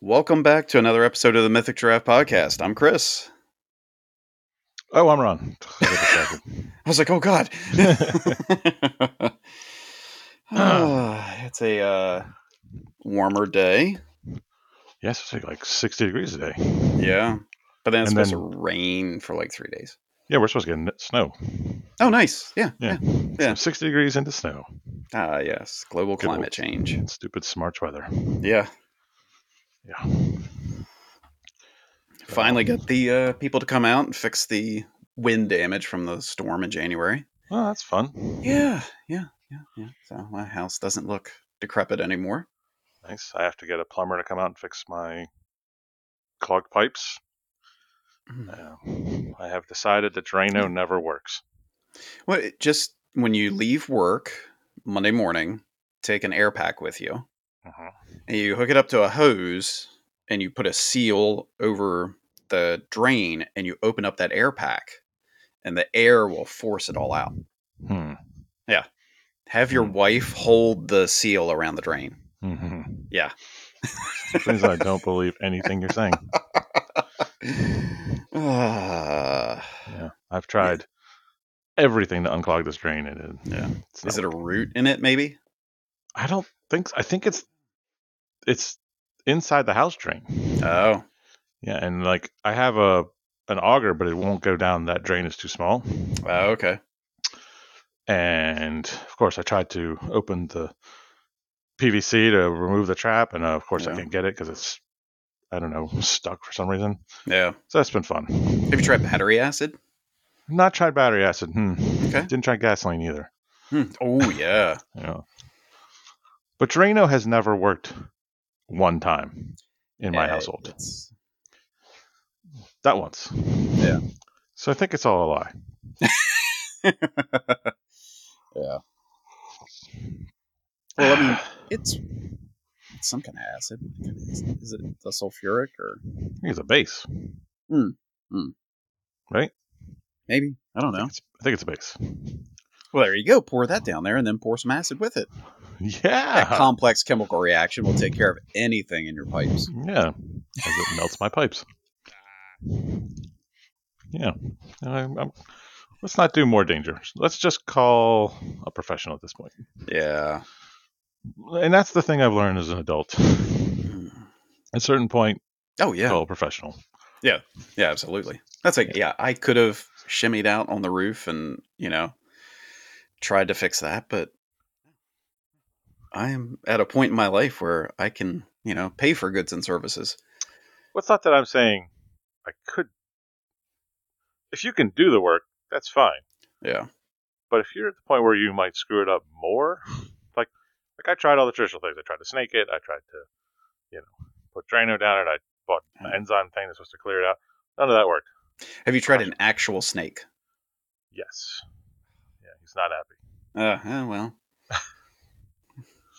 Welcome back to another episode of the Mythic Giraffe Podcast. I'm Chris. Oh, I'm wrong. I was like, oh god. Ah, it's a uh, warmer day. yes, it's like 60 degrees today. Yeah. But then it's And then- supposed to rain for like three days. Yeah, we're supposed to get n- snow. Oh, nice. Yeah. Yeah. Yeah. So 60 degrees into snow. Ah, yes. Global Good climate old- change. Stupid smarch weather. Yeah. Yeah. So, Finally got the uh, people to come out and fix the wind damage from the storm in January. Well, that's fun. Yeah. Yeah. Yeah. Yeah. So my house doesn't look decrepit anymore. Nice. I have to get a plumber to come out and fix my clogged pipes. Uh, I have decided that Drano never works. Well, it just when you leave work Monday morning, take an air pack with you. Mhm. and you hook it up to a hose and you put a seal over the drain and you open up that air pack and the air will force it all out. Hmm. Have your Hmm. wife hold the seal around the drain. Mm-hmm. Yeah. Things I don't believe anything you're saying. Ah. Yeah, I've tried everything to unclog this drain, and it, Yeah. it's Mm-hmm. Is not it a root in it maybe? I don't think. s- I think it's it's inside the house drain. Oh. yeah, and like I have a an auger, but it won't go down. That drain is too small. oh okay. And of course, I tried to open the PVC to remove the trap, and uh, of course, I Yeah. can't get it because it's I don't know stuck for some reason. Yeah. So that's been fun. Have you tried battery acid? Not tried battery acid. Hmm. Okay. Didn't try gasoline either. Hmm. Oh yeah. Yeah. But Drano has never worked one time in my Eh, Yeah, household. it's- That once. Yeah. So I think it's all a lie. Yeah. Well, I mean, it's, it's some kind of acid. What kind of acid Is it the sulfuric or I think it's a base. Maybe. I don't know. It's, I think it's a base. Well, there you go. Pour that down there and then pour some acid with it. That Yeah. complex chemical reaction will take care of anything in your pipes. Yeah. As it melts my pipes. Yeah. I, I'm, let's not do more danger. Let's just call a professional at this point. Yeah. And that's the thing I've learned as an adult. At a certain point, Oh, yeah. call a professional. Yeah, absolutely. That's like, yeah, I could have shimmied out on the roof and, you know, tried to fix that, but I am at a point in my life where I can, you know, pay for goods and services. Well, it's not that I'm saying I could. If you can do the work, that's fine. Yeah. But if you're at the point where you might screw it up more, like like I tried all the traditional things. I tried to snake it. I tried to, you know, put Drano down it. I bought an enzyme thing that's supposed to clear it out. None of that worked. Have you tried an actual snake? Yes. Yeah, he's not happy. Uh, oh, well.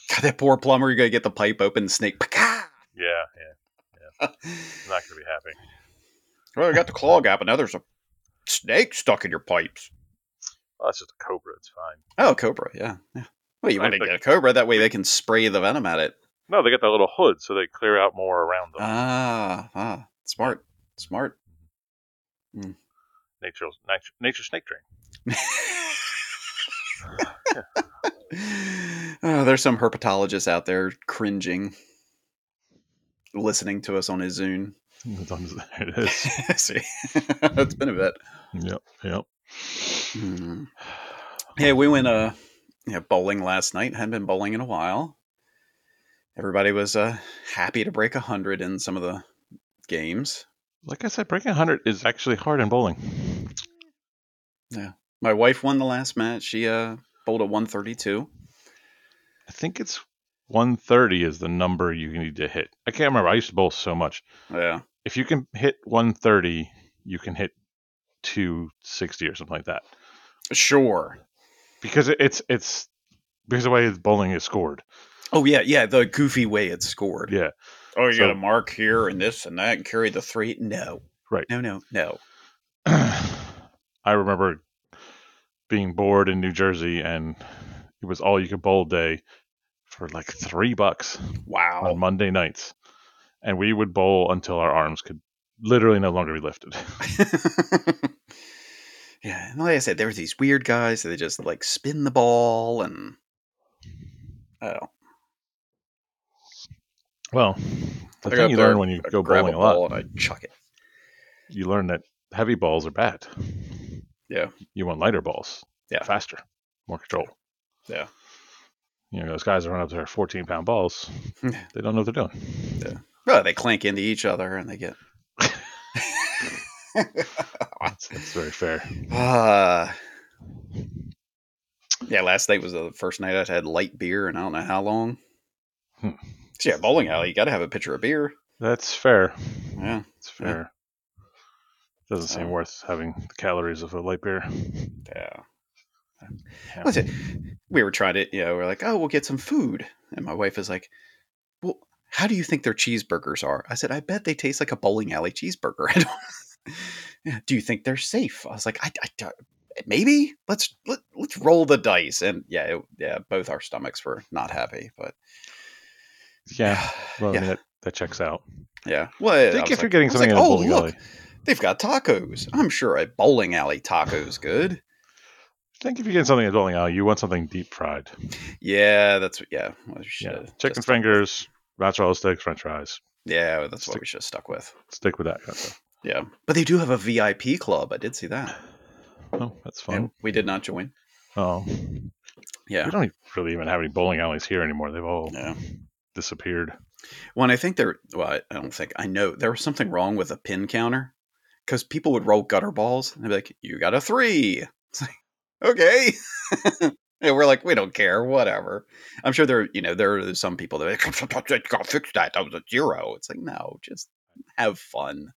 God, that poor plumber, you got to get the pipe open, snake. Yeah, yeah, he's not gonna be happy. Well, I got the claw gap, and now there's a snake stuck in your pipes. Well, that's just a cobra. It's fine. Oh, cobra, yeah. yeah. Well, you I want to think- get a cobra, that way they can spray the venom at it. No, they got that little hood, so they clear out more around them. Ah, ah, smart, smart. Nature, nature, nature snake drain. oh, there's some herpetologists out there cringing, listening to us on his Zoom. there it is. See, it's been a bit. yep, yep. Hmm. Yeah, we went uh yeah, bowling last night. Hadn't been bowling in a while. Everybody was uh happy to break a hundred in some of the games. Like I said, breaking 100 is actually hard in bowling. My wife won the last match. She uh bowled a one thirty two. I think it's 130 is the number you need to hit. I can't remember. I used to bowl so much. Yeah. If you can hit 130, you can hit 260 or something like that. Sure. Because it- it's it's because the way bowling is scored. Oh yeah, yeah, the goofy way it's scored. Yeah, Oh, you So- got a mark here and this and that and carry the three. No. Right. No, no, no. I remember being bored in New Jersey and it was all you could bowl day for like three bucks on Wow. Monday nights. and we would bowl until our arms could literally no longer be lifted. yeah, and like I said, there were these weird guys that they just like spin the ball and uh, I don't. well, I go the thing up you there, learn when you I go grab bowling a ball lot, and I chuck it. you learn that heavy balls are bad. Yeah. You want lighter balls. Yeah. Faster, more control. Yeah. You know, those guys that run up their 14 pound balls, Yeah. they don't know what they're doing. Yeah. Well, they clank into each other and they get. That's, that's very fair. Ah. yeah, last night was the first night I'd had light beer and I don't know how long. Hmm. So yeah, bowling alley, you got to have a pitcher of beer. That's fair. Yeah. It's fair. Doesn't seem Mm. So- worth having the calories of a light beer. Yeah. Yeah. What's it? We were trying to, you know, we're like, oh, we'll get some food. And my wife is like, well, how do you think their cheeseburgers are? I said, I bet they taste like a bowling alley cheeseburger. I don't- Yeah, do you think they're safe? I was like, I, I don't- maybe let's let, let's roll the dice. And yeah, it, yeah, both our stomachs were not happy, but yeah. Well, I mean, yeah, that, that checks out. yeah. Well, I think was if you're like- getting I was something like, in a "Oh, bowling look, alley, they've got tacos. I'm sure a bowling alley taco is good. I think if you're getting something in a bowling alley, you want something deep fried. Yeah, that's what- yeah. we Yeah. should've Chicken just- fingers, mozzarella sticks, french fries. Yeah, that's what Stick- we should have stuck with. Stick with that kind of stuff. Yeah, but they do have a VIP club. I did see that. Oh, that's fun. And we did not join. Oh, Yeah. we don't e- really even have any bowling alleys here anymore. They've all Yeah. disappeared. Well, and I think there. Well, I- I don't think I know. There was something wrong with a pin counter because people would roll gutter balls and they'd be like, "You got a three. It's like, okay. and we're like, we don't care, whatever. I'm sure there. You know, there are some people that are like, "You gotta fix that. That was a zero. It's like, no, just have fun.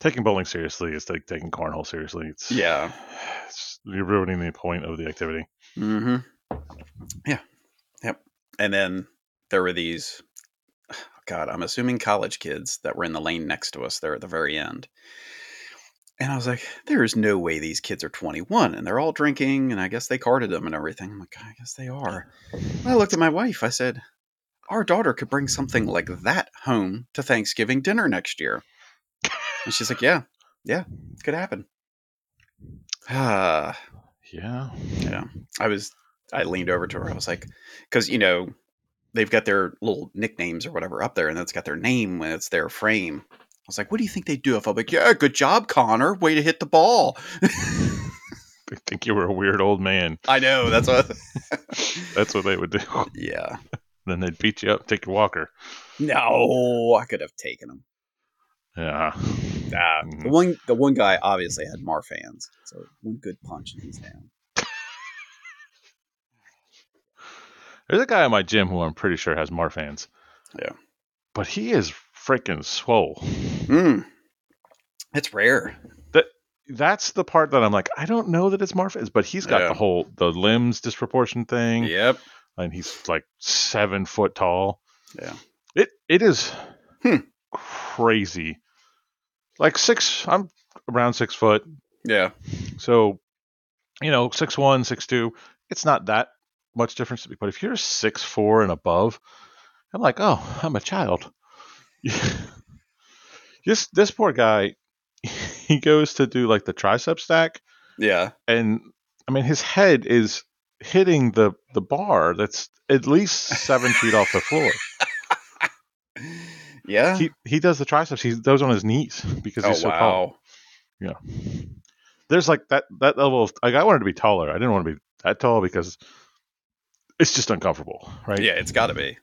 Taking bowling seriously is like taking cornhole seriously. It's, Yeah. it's- you're ruining the point of the activity. Mm-hmm. Yeah. Yep. And then there were these. God, I'm assuming college kids that were in the lane next to us there at the very end. And I was like, there is no way these kids are 21 and they're all drinking. And I guess they carded them and everything. I'm like, I guess they are. And I looked at my wife. I said, our daughter could bring something like that home to Thanksgiving dinner next year. And she's like, yeah, yeah, it could happen. Ah. Yeah. Yeah. I was, I leaned over to her. I was like, because, you know, they've got their little nicknames or whatever up there, and that's got their name when it's their frame. I was like, what do you think they do? If I'm like, yeah, good job, Connor. Way to hit the ball. They think you were a weird old man. I know. That's what. That's what they would do. yeah. then they'd beat you up, take your walker. No, I could have taken him. Yeah. Ah, the Mm. one, the one guy obviously had Marfan's. So one good punch and he's down. There's a guy at my gym who I'm pretty sure has Marfans. Yeah. But he is freaking swole. Mm. It's rare. That's the part that I'm like, I don't know that it's Marfans, but he's got Yeah. the whole the limbs disproportion thing. Yep. and he's like seven foot tall. Yeah. It it is Hmm. crazy. Like six I'm around six foot. Yeah. So you know, six one, six two, it's not that much difference to me. But if you're six four and above, I'm like, oh, I'm a child. this this poor guy he goes to do like the tricep stack Yeah. and I mean his head is hitting the the bar that's at least seven feet off the floor. Yeah. Oh, He he does the triceps. He does on his knees because he's so tall. Yeah. There's like that that level of like I wanted to be taller. I didn't want to be that tall because it's just uncomfortable, right? Yeah, it's got to be.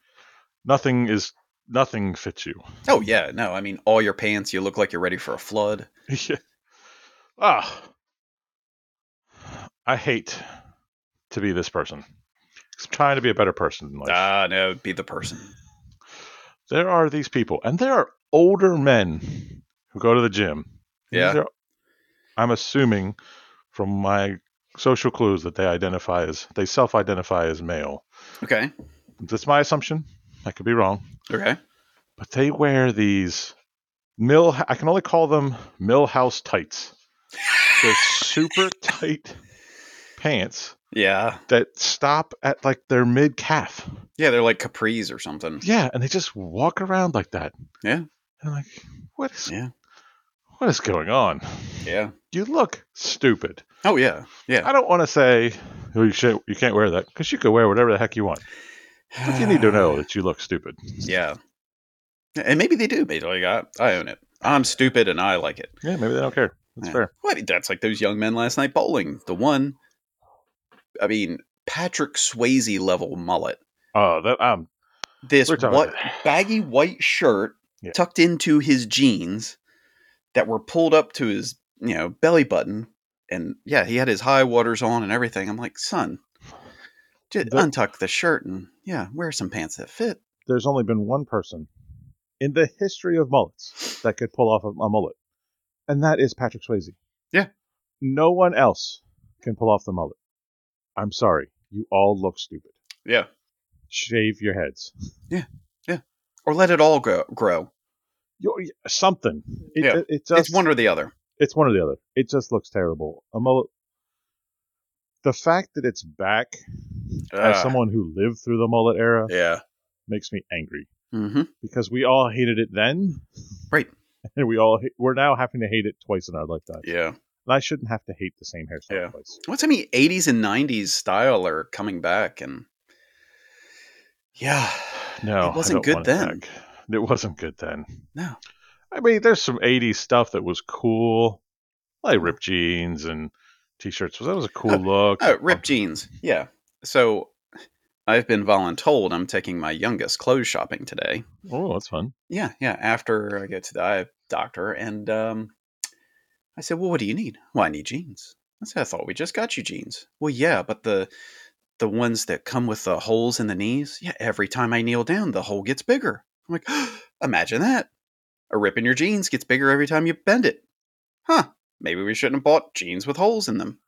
Nothing is nothing fits you. Oh yeah, no, I mean all your pants, you look like you're ready for a flood. Yeah. ah. I hate to be this person. I'm trying to be a better person in life. Ah, no, be the person. there are these people, and there are older men who go to the gym. These Yeah. are- I'm assuming from my social clues that they identify as they self-identify as male. Okay. That's my assumption. I could be wrong, Okay. but they wear these mill. I can only call them mill house tights. They're super tight pants Yeah. that stop at like their mid calf. Yeah, they're like capris or something. Yeah, and they just walk around like that. Yeah. And I'm like, what is Yeah. what is going on? Yeah. You look stupid. Oh yeah. I don't want to say oh, you should, you can't wear that because you can wear whatever the heck you want. But you need to know that you look stupid. Yeah. And maybe they do. Maybe like I, I own it. I'm stupid and I like it. Yeah, maybe they don't care. That's Yeah. fair. Well, I mean, that's like those young men last night bowling. The one, I mean, Patrick Swayze level mullet. Oh, that um, This we're talking. what baggy white shirt Yeah. tucked into his jeans that were pulled up to his you know belly button, and yeah, he had his high waters on and everything. I'm like, son, just That- untuck the shirt and yeah, wear some pants that fit. There's only been one person in the history of mullets that could pull off a, a mullet, and that is Patrick Swayze. Yeah. No one else can pull off the mullet. I'm sorry, you all look stupid. Yeah, Shave your heads. or let it all go grow. You- something. It, Yeah. it, it just, it's one or the other. It's one or the other. It just looks terrible. A mullet. The fact that it's back, as Ah, someone who lived through the mullet era, yeah. makes me angry hmm because we all hated it then, Right. And we all ha- we're now having to hate it twice in our lifetime. Yeah. And I shouldn't have to hate the same hairstyle Yeah. twice. What's I mean, 80s and 90s style are coming back, and yeah, No, I wasn't don't good want then. It, back. It wasn't good then. No. I mean, there's some '80s stuff that was cool, like ripped jeans and t-shirts. That was a cool Oh, look. oh, ripped jeans. Yeah. So I've been voluntold. I'm taking my youngest clothes shopping today. Oh, that's fun. Yeah, yeah. After I get to the eye doctor, and um, I said, "Well, what do you need?" Well, I need jeans. I said, "I thought we just got you jeans." Well, yeah, but the the ones that come with the holes in the knees. Yeah, every time I kneel down, the hole gets bigger. I'm like, imagine that. A rip in your jeans gets bigger every time you bend it. Huh? Maybe we shouldn't have bought jeans with holes in them.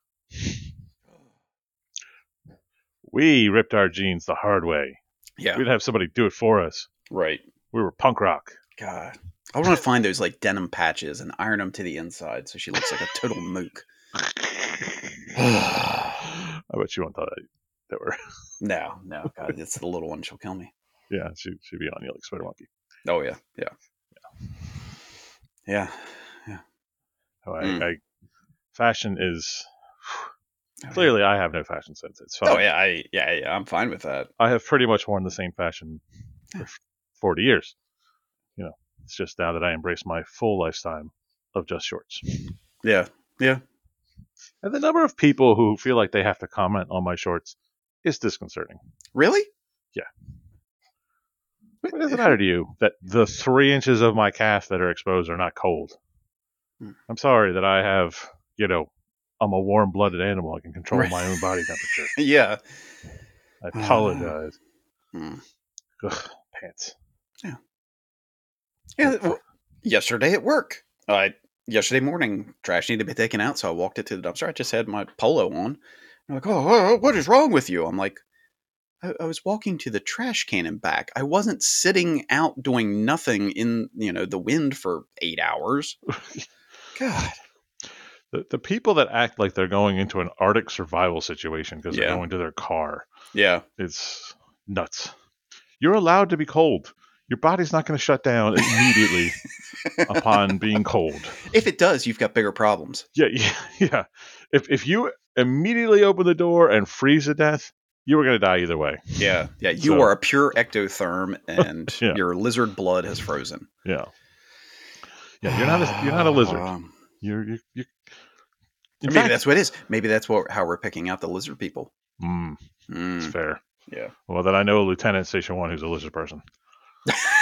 We ripped our jeans the hard way. Yeah. We'd have somebody do it for us. Right. We were punk rock. God. I want to find those like denim patches and iron them to the inside so she looks like a total mook. I bet you won't thought that, that were. No, no, God, it's the little one. She'll kill me. Yeah, she she'd be on you like Spider Monkey. Oh yeah, yeah, yeah, yeah. Oh, I, Mm. I, fashion is clearly I have no fashion sense. It's fine. Oh yeah, I yeah yeah. I'm fine with that. I have pretty much worn the same fashion for f- 40 years. You know, it's just now that I embrace my full lifetime of just shorts. Yeah, And the number of people who feel like they have to comment on my shorts is disconcerting. really? What does it matter to you that the three inches of my calf that are exposed are not cold? Hmm. I'm sorry that I have, you know, I'm a warm blooded animal. I can control Right. my own body temperature. Yeah, I Ah. apologize. Hmm. Ugh, pants. yeah. w- Yesterday at work, I yesterday morning trash needed to be taken out, so I walked it to the dumpster. I just had my polo on. They're like, oh, oh, what is wrong with you? I'm like, I, I was walking to the trash can and back. I wasn't sitting out doing nothing in you know the wind for eight hours. God. The, the people that act like they're going into an Arctic survival situation because Yeah. they're going to their car, Yeah. it's nuts. You're allowed to be cold. Your body's not going to shut down immediately upon being cold. If it does, you've got bigger problems. Yeah, yeah, yeah. If if you immediately open the door and freeze to death, you were gonna die either way. Yeah. Yeah. You So- are a pure ectotherm and Yeah. your lizard blood has frozen. Yeah. Yeah, you're not a, you're not a lizard. Um, You're you. you in maybe fact- that's what it is. Maybe that's what how we're picking out the lizard people. Mm, it's Mm. fair. Yeah. Well, then I know a lieutenant at Station One who's a lizard person.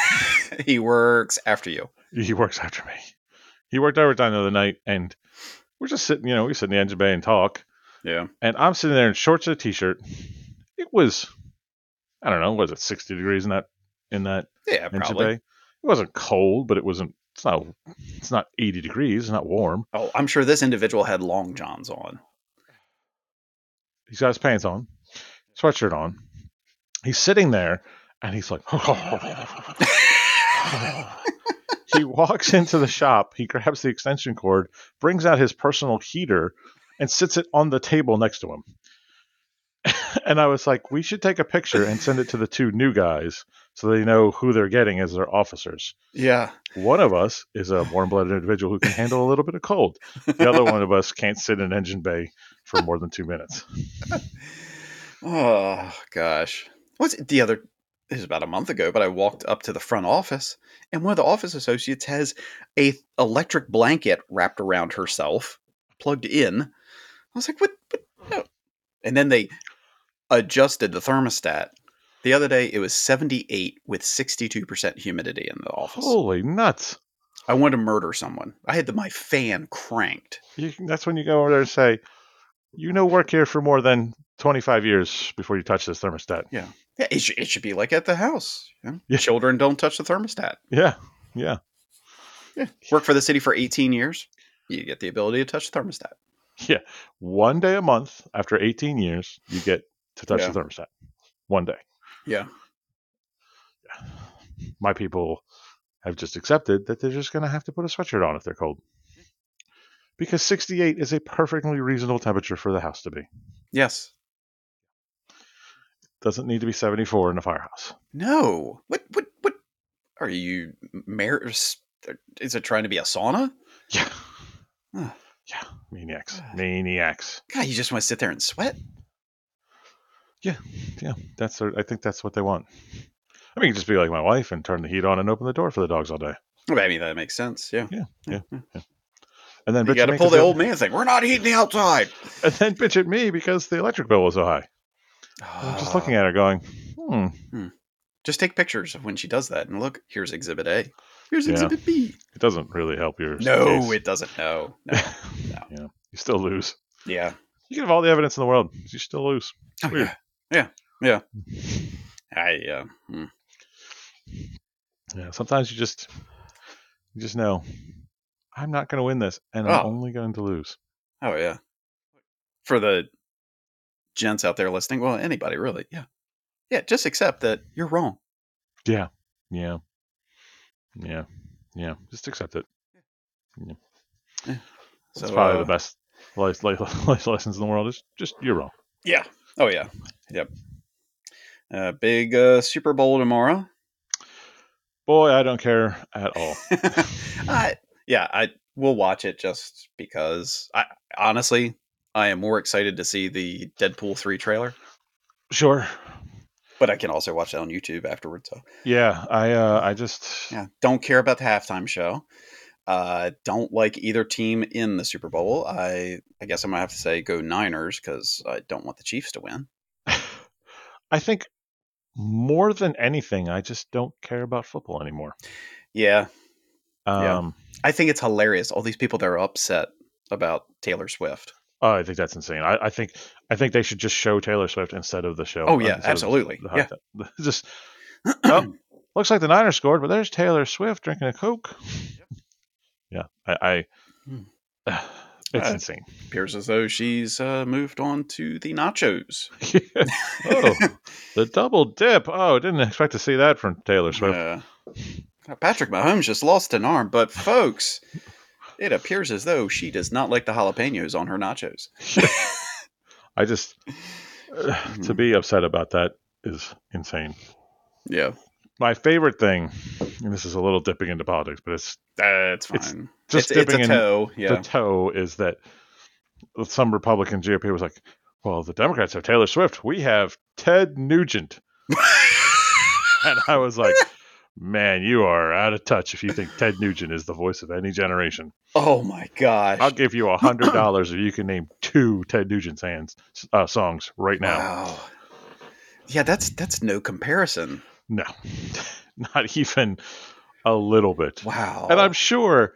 he works after you. He works after me. He worked overtime the other night, and we're just sitting. You know, we sit in the engine bay and talk. Yeah. And I'm sitting there in shorts and a t-shirt. It was, I don't know, was it 60 degrees in that in that Yeah, in probably. It wasn't cold, but it wasn't. It's not. It's not 80 degrees. It's not warm. Oh, I'm sure this individual had long johns on. He's got his pants on, sweatshirt on. He's sitting there, and he's like. he walks into the shop. He grabs the extension cord, brings out his personal heater, and sits it on the table next to him. and I was like, we should take a picture and send it to the two new guys so they know who they're getting as their officers. Yeah. One of us is a warm blooded individual who can handle a little bit of cold. The other one of us can't sit in an engine bay for more than two minutes. Oh gosh. What's the other it was about a month ago, but I walked up to the front office and one of the office associates has a th- electric blanket wrapped around herself, plugged in. I was like, what, what no. and then they adjusted the thermostat. The other day it was 78 with 62% humidity in the office. Holy nuts. I wanted to murder someone. I had the, my fan cranked. You, can- that's when you go over there and say, you know, work here for more than 25 years before you touch this thermostat. Yeah, it, should, it should be like at the house. you know? Yeah. Children don't touch the thermostat. Yeah. Work for the city for 18 years, you get the ability to touch the thermostat. Yeah. One day a month after 18 years, you get to touch Yeah. the thermostat. One day. Yeah. My people have just accepted that they're just going to have to put a sweatshirt on if they're cold. Because 68 is a perfectly reasonable temperature for the house to be. Yes. Doesn't need to be 74 in a firehouse. No. What? What? What? Are you mar- s- Is it trying to be a sauna? Yeah. Ugh. Yeah. Maniacs. Ugh. Maniacs. God, you just want to sit there and sweat. Yeah. That's their, I think that's what they want. I mean, you could just be like my wife and turn the heat on and open the door for the dogs all day. Well, I mean, that makes sense. Yeah. And then You bitch got at to me pull 'cause the old man thing. We're not heating the outside. and then bitch at me because the electric bill was so high. I'm just looking at her going, hmm, Just take pictures of when she does that and look. Here's Exhibit A. Here's Yeah. Exhibit B. it doesn't really help your No, case. it doesn't. No. no. no. yeah, you still lose. yeah. You can have all the evidence in the world, you still lose. Oh, Weird. yeah. Yeah. Yeah. I. Uh, mm. Yeah, sometimes you just you just know I'm not going to win this, and I'm Oh. only going to lose. Oh yeah. For the gents out there listening, well, anybody really, yeah, yeah, just accept that you're wrong. Yeah, yeah, yeah. Just accept it. So, It's probably uh, the best life, life, life lessons in the world. Is just you're wrong. Yeah. Oh yeah. Yep. Uh, big uh, Super Bowl tomorrow. Boy, I don't care at all. I, yeah, I will watch it just because. I honestly, I am more excited to see the Deadpool three trailer, sure. but I can also watch it on YouTube afterwards. So Yeah, I uh, I just yeah, don't care about the halftime show. Uh, don't like either team in the Super Bowl. I I guess I'm gonna have to say go Niners because I don't want the Chiefs to win. I think more than anything, I just don't care about football anymore. Yeah, Yeah. Um, I think it's hilarious. All these people that are upset about Taylor Swift. oh, I think that's insane. I, I think I think they should just show Taylor Swift instead of the show. uh, Oh, yeah, instead of absolutely. the hot tub. just oh, looks like the Niners scored, but there's Taylor Swift drinking a Coke. Yeah, I. Hmm. I It's Uh, insane. appears as though she's uh, moved on to the nachos. oh, the double dip. Oh, didn't expect to see that from Taylor Swift. Uh, Patrick Mahomes just lost an arm, but folks, it appears as though she does not like the jalapenos on her nachos. I just uh, to be upset about that is insane. Yeah, my favorite thing, and this is a little dipping into politics, but it's that's fine. It's uh, It's, just it's dipping a into toe. the Yeah, toe, is that some Republican GOP was like, well, the Democrats have Taylor Swift. We have Ted Nugent. And I was like, man, you are out of touch if you think Ted Nugent is the voice of any generation. oh my gosh! I'll give you a $100 if you can name two Ted Nugent hands, uh, songs right now. Wow. Yeah, that's that's no comparison. No, not even a little bit. Wow. And I'm sure,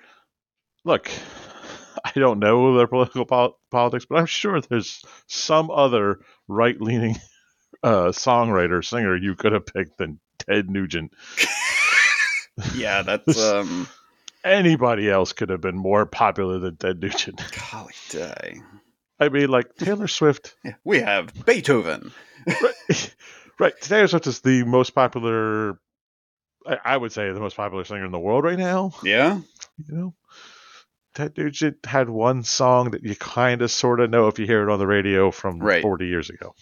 look, I don't know their political pol- politics, but I'm sure there's some other right leaning uh, songwriter, singer you could have picked than Ted Nugent. yeah, that's um. Anybody else could have been more popular than Ted Nugent. golly day. I mean, like Taylor Swift. Yeah, we have Beethoven. right, right. Taylor Swift is the most popular, I, I would say, the most popular singer in the world right now. Yeah. you know Ted Nugent had one song that you kind of sort of know if you hear it on the radio from Right. 40 years ago.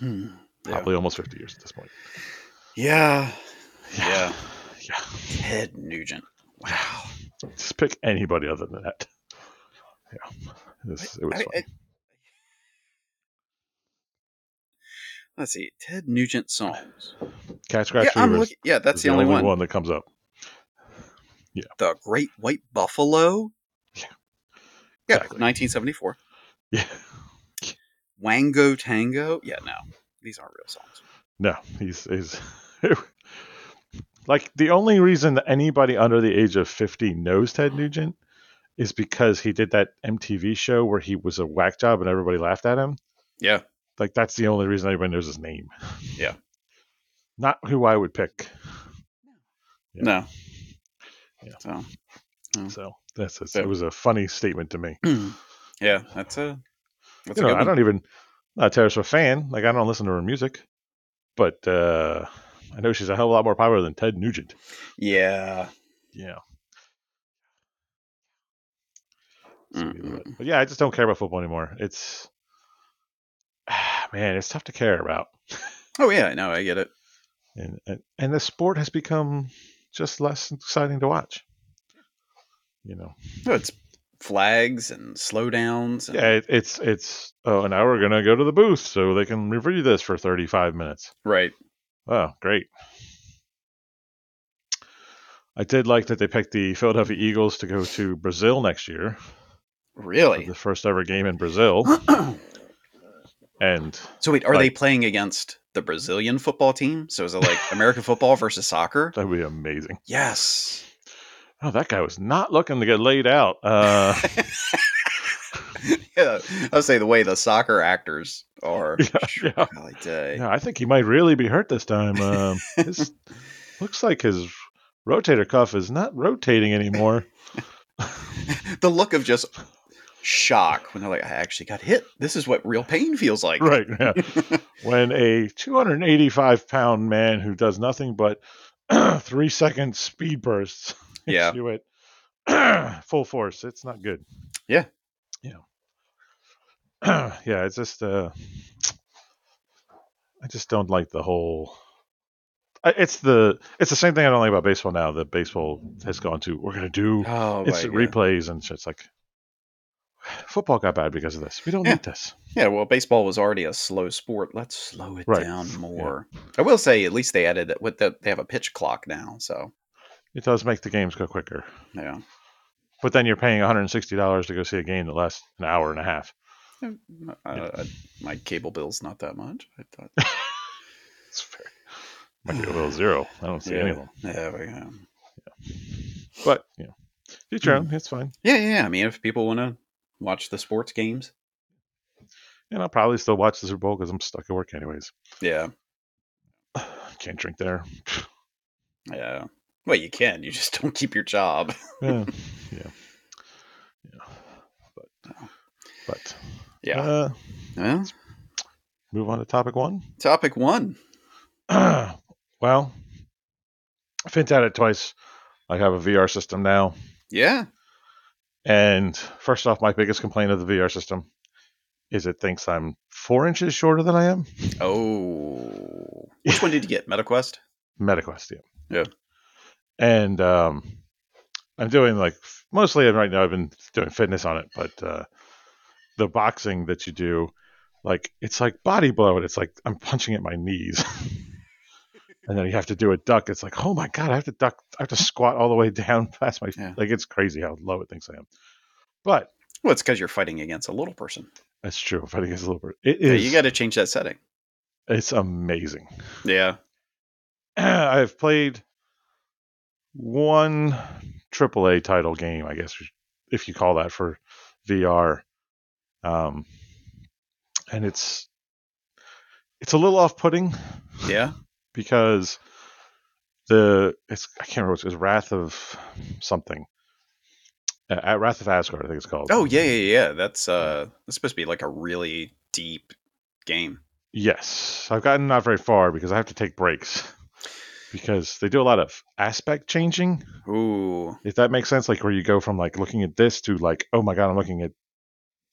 Hmm. Yeah. Probably almost 50 years at this point. yeah. Yeah. Yeah. Ted Nugent. Wow. Just pick anybody other than that. Yeah. This, it was I- fun. I- let's see. Ted Nugent songs. Cat Scratch yeah, I'm Fever is- looking, yeah, that's is the, only, one. that comes up. The Great White Buffalo. Yeah. Yeah, Exactly. 1974. Yeah. Wango Tango. Yeah, no. These aren't real songs. No, he's he's like the only reason that anybody under the age of fifty knows Ted Nugent is because he did that MTV show where he was a whack job and everybody laughed at him. Yeah. Like that's the only reason anybody knows his name. Yeah. Mm-hmm. Not who I would pick. Yeah. No. Yeah. So, So that's it's, Yeah. it was a funny statement to me. yeah, that's a. That's you a good know, I one. don't even I'm not a Taylor Swift fan. Like I don't listen to her music, but uh, I know she's a hell of a lot more popular than Ted Nugent. Yeah. Yeah. Mm, Either way. mm. But yeah, I just don't care about football anymore. It's man, it's tough to care about, Oh yeah, no, I get it. and and, and the sport has become just less exciting to watch. You know, No, it's flags and slowdowns. And, yeah, it, it's it's oh, and now we're gonna go to the booth so they can review this for thirty five minutes. Right. Oh, great. I did like that they picked the Philadelphia Eagles to go to Brazil next year, Really. the first ever game in Brazil, and so wait, are Like- they playing against the Brazilian football team? So is it like American football versus soccer? that would be amazing. Yes. Oh, that guy was not looking to get laid out. Uh, Yeah, I would say the way the soccer actors are. yeah. Golly day. yeah, I think he might really be hurt this time. Um, his, looks like his rotator cuff is not rotating anymore. The look of just shock when they're like, "I actually got hit. This is what real pain feels like." right. Yeah. when a 285 pound man who does nothing but three second speed bursts hits Yeah. you at full force, it's not good. Yeah. Yeah. yeah, it's just, uh, I just don't like the whole. I- It's the it's the same thing I don't like about baseball now. That baseball has gone to we're gonna do Oh, instant my God. replays and shit. It's like football got bad because of this. We don't Yeah. need this. Yeah, well, baseball was already a slow sport. Let's slow it Right. down Yeah. more. I will say, at least they added that with the, they have a pitch clock now. So It does make the games go quicker. yeah, But then you're paying $160 to go see a game that lasts an hour and a half. Uh, uh, my cable bill's not that much. I thought. It's fair. Might be a little zero. I don't see any of them. There we go. But you know, each your own. It's fine. Yeah, yeah. yeah. I mean, if people want to watch the sports games, And I'll probably still watch the Super Bowl because I'm stuck at work anyways. yeah, Can't drink there. yeah. Well, you can. You just don't keep your job. Yeah. yeah. Yeah. But, but Yeah. uh, Well, move on to topic one. topic one. well, Finn's at it twice. I have a VR system now. Yeah. And first off, my biggest complaint of the VR system is it thinks I'm four inches shorter than I am. Oh. Which one did you get? MetaQuest. MetaQuest, yeah. Yeah. And um, I'm doing like mostly right now. I've been doing fitness on it, but uh, the boxing that you do, like it's like body blow, and it's like I'm punching at my knees. and then you have to do a duck. It's like, oh my god, I have to duck. I have to squat all the way down past my. Yeah. Like it's crazy how low it thinks I am. But Well, it's because you're fighting against a little person. that's true. If I think it's a little bit, it Yeah, is. you got to change that setting. It's amazing. Yeah. I've played one AAA title game, I guess, if you call that for VR. Um, and it's it's a little off-putting Yeah. because the it's I can't remember what it's Wrath of something. Uh, at Wrath of Asgard, I think it's called. Oh yeah, yeah, yeah. That's uh, that's supposed to be like a really deep game. Yes, I've gotten not very far because I have to take breaks because they do a lot of aspect changing. Ooh. if that makes sense like where you go from like looking at this to like oh my god i'm looking at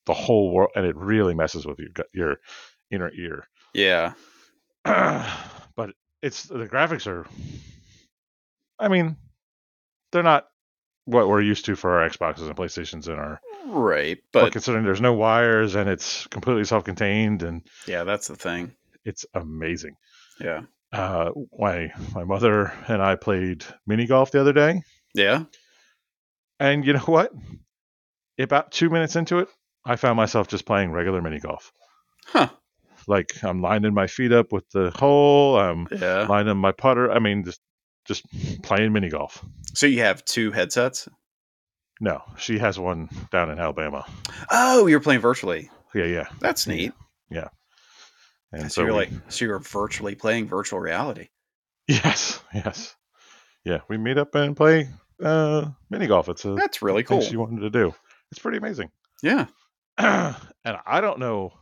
the whole world and it really messes with your gut your inner ear Yeah. but it's the graphics are. I mean, they're not what we're used to for our Xboxes and PlayStations and our. Right. But But considering there's no wires and it's completely self-contained and yeah, that's the thing. it's amazing. Yeah. Uh, my my mother and I played mini golf the other day, Yeah. and you know what? About two minutes into it, I found myself just playing regular mini golf. Huh. Like I'm lining my feet up with the hole. I'm Yeah. lining my putter. I mean, just just playing mini golf. So you have two headsets? No, she has one down in Alabama. Oh, you're playing virtually. Yeah, yeah. That's Yeah. neat. And so, you're we- like, so you're virtually playing virtual reality. yes, yes, yeah. We meet up and play uh, mini golf. It's a That's really thing cool. she wanted to do. It's pretty amazing. Yeah. and I don't know.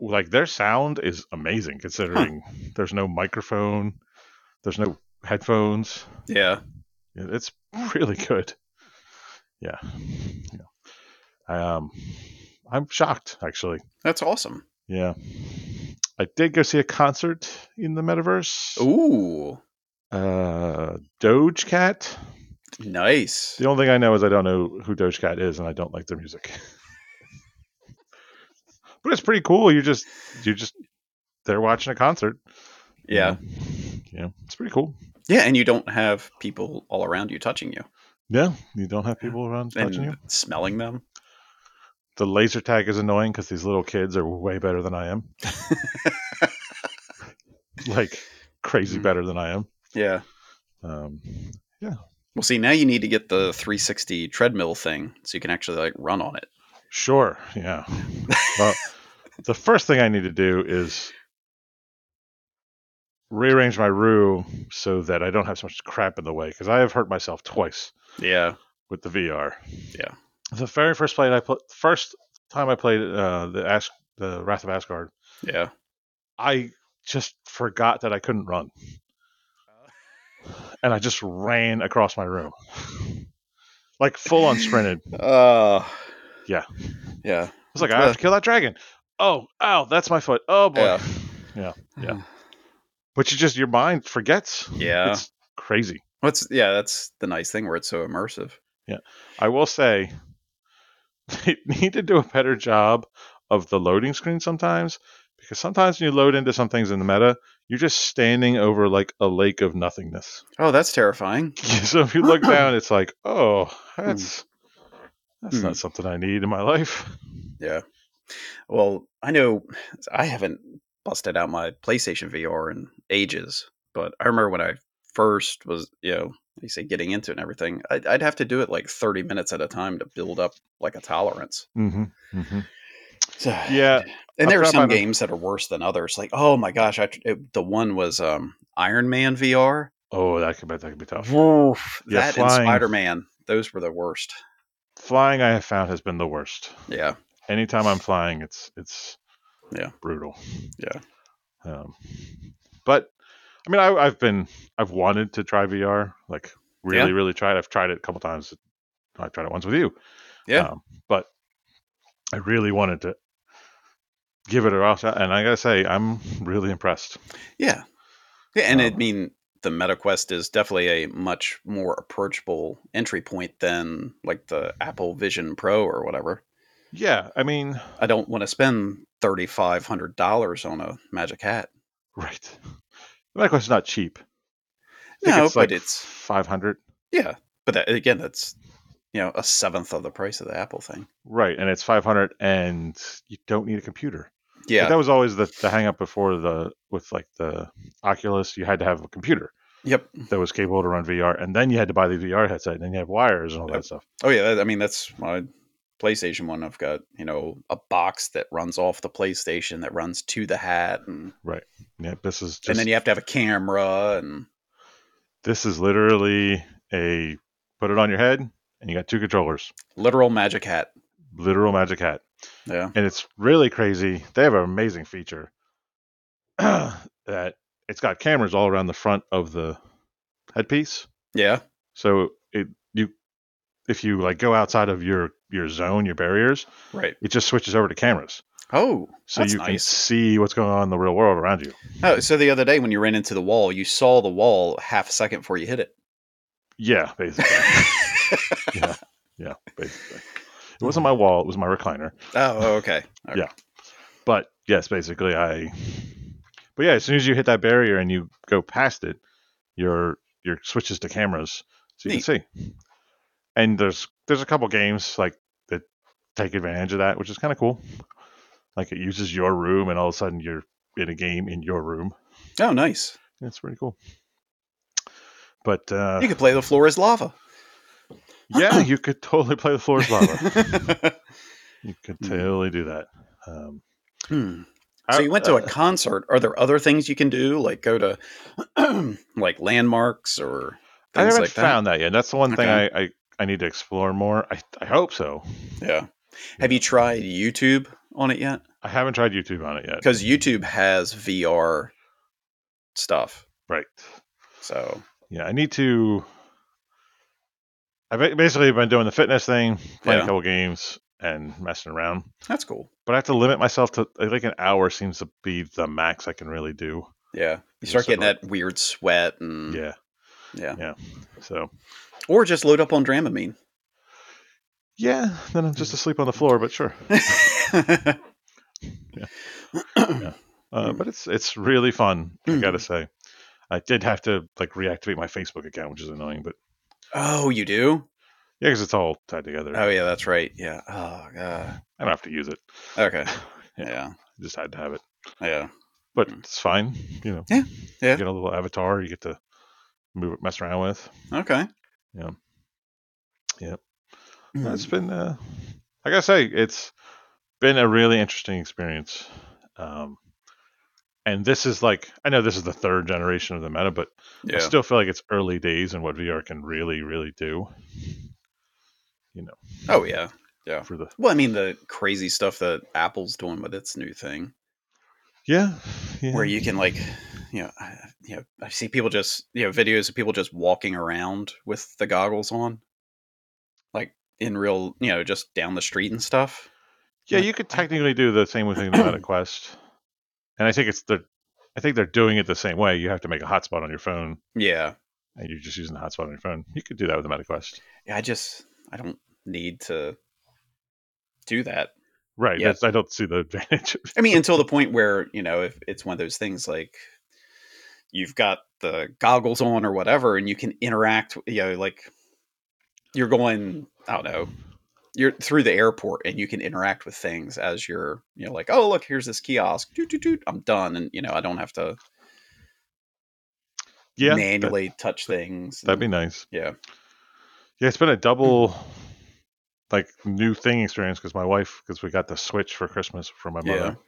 Like their sound is amazing considering there's no microphone, there's no headphones. Yeah. Yeah, It's really good. Yeah. yeah. Um, I'm shocked actually. That's awesome. Yeah. I did go see a concert in the metaverse. Ooh. Uh, Doge Cat. Nice. The only thing I know is I don't know who Doge Cat is, and I don't like their music. but it's pretty cool. You just you just they're watching a concert. you Yeah. know? yeah, it's pretty cool. Yeah. And you don't have people all around you touching you Yeah, you don't have people around and touching you. smelling them. The laser tag is annoying because these little kids are way better than I am. like crazy Mm. better than I am. Yeah. Um, Well, see, now you need to get the 360 treadmill thing so you can actually like run on it. Sure. Yeah. well, the first thing I need to do is rearrange my room so that I don't have so much crap in the way because I have hurt myself twice Yeah. with the VR. Yeah. The very first play I put, first time I played uh, the Ask the Wrath of Asgard, Yeah. I just forgot that I couldn't run, and I just ran across my room, like full on sprinted. Uh, Yeah. Yeah. It's like I have to kill that dragon. Oh, ow, that's my foot. Oh boy. Yeah. Yeah. But you just your mind forgets. Yeah. It's crazy. What's yeah, that's the nice thing where it's so immersive. I will say they need to do a better job of the loading screen sometimes because sometimes when you load into some things in the meta, you're just standing over like a lake of nothingness. Oh, that's terrifying. so if you look down, it's like, oh, that's that's Hmm. not something I need in my life. Yeah. Well, I know I haven't busted out my PlayStation VR in ages, but I remember when I first was, you know, you say getting into it and everything, I'd, I'd have to do it like 30 minutes at a time to build up like a tolerance. Mm-hmm. Mm-hmm. So, Yeah. And there I are forgot some about them. games that are worse than others. Like, oh my gosh, I, tr- it, the one was um, Iron Man VR. Oh, that could be that could be tough. Oof, Yeah, that and flying. Spider Man, those were the worst. Flying I have found has been the worst. Yeah. anytime I'm flying, it's it's Yeah. brutal. Yeah. Um, but I mean, I, I've been I've wanted to try VR, like really, really try it. I've tried it a couple times. I tried it once with you. Yeah. Um, but I really wanted to give it a off, and I gotta say, I'm really impressed. Yeah. Yeah, and I Um, mean the MetaQuest is definitely a much more approachable entry point than like the Apple Vision Pro or whatever. Yeah, I mean, I don't want to spend thirty five hundred dollars on a Magic Hat. right. The medical is not cheap. I think No, it's but like it's five hundred. yeah. But that, again, that's you know a seventh of the price of the Apple thing. Right, and it's five hundred, and you don't need a computer. But Yeah. that was always the, the hang up before the with like the Oculus, you had to have a computer yep. that was capable to run VR, and then you had to buy the VR headset, and then you have wires and all Yep. that stuff. Oh yeah. That, I mean that's my PlayStation one. I've got you know a box that runs off the PlayStation that runs to the hat, and Yeah, this is just and then you have to have a camera and this is literally a put it on your head, and you got two controllers, literal Magic Hat. literal Magic Hat, Yeah. and it's really crazy. They have an amazing feature that it's got cameras all around the front of the headpiece, Yeah. so it you if you like go outside of your your zone, your barriers, Right. it just switches over to cameras. Oh, so that's you can nice. see what's going on in the real world around you. Oh, so the other day when you ran into the wall, you saw the wall half a second before you hit it. Yeah, basically. yeah, yeah, basically. It wasn't my wall; it was my recliner. Oh, okay. Yeah. But yes, basically, I. But yeah, as soon as you hit that barrier and you go past it, your your switches to cameras, so you can see. And there's there's a couple games like that take advantage of that, which is kind of cool. Like it uses your room, and all of a sudden you're in a game in your room. Oh, nice. That's pretty cool. But uh, You could play the floor is lava. yeah, you could totally play the floor is lava. hmm. you could Hmm. totally do that. Um, So I- you went to a uh, concert. Are there other things you can do, like go to like landmarks or I things haven't like found that yet. That's the one thing Okay. I, I, I need to explore more. I, I hope so. that? Yeah. Have you tried YouTube on it yet? I haven't tried YouTube on it yet. Because YouTube has VR stuff. Right. So Yeah, I need to. I've ba- basically been doing the fitness thing, playing Yeah. a couple games, and messing around. that's cool. But I have to limit myself to I think an hour seems to be the max I can really do. Yeah. You Yeah, start so getting like- that weird sweat and Yeah. Mm. yeah. So Or just load up on Dramamine. yeah, then I'm Hmm. just asleep on the floor. But sure. Uh, Mm. but it's it's really fun. I Mm. gotta say, I did have to like reactivate my Facebook account, which is annoying. But oh, you do? yeah, because it's all tied together. Oh yeah, that's right. Yeah. Oh god. I don't have to use it. Okay. Yeah. Yeah. I just had to have it. Yeah. But Mm. it's fine. You know. Yeah, yeah. You get a little avatar. You get to move, mess around with. Okay. Hmm. It's been. Uh, I gotta say, it's been a really interesting experience. Um, and this is like I know this is the third generation of the meta, but I Yeah. still feel like it's early days and what VR can really, really do oh yeah. for the Well, I mean the crazy stuff that Apple's doing with its new thing, yeah, yeah. where you can like, you know, I- you know, I see people just you know videos of people just walking around with the goggles on, like in real, you know, just down the street and stuff. Yeah, you could technically do the same thing about a Quest, and I think it's the, I think they're doing it the same way. You have to make a hotspot on your phone, Yeah. and you're just using the hotspot on your phone. You could do that with the Meta Quest, Yeah. I just I don't need to do that. right? Yeah. That's, I don't see the advantage. Of I mean, until the point where you know, if it's one of those things like you've got the goggles on or whatever, and you can interact. You know, like you're going, I don't know, you're through the airport, and you can interact with things as you're, you know, like, oh look, here's this kiosk. Doot, doot, doot, I'm done, and you know, I don't have to yeah, that, manually touch things. that'd be and- nice. Mm. yeah, Mm. Yeah, it's been a double, like new thing experience because my wife, because we got the Switch for Christmas from my mother,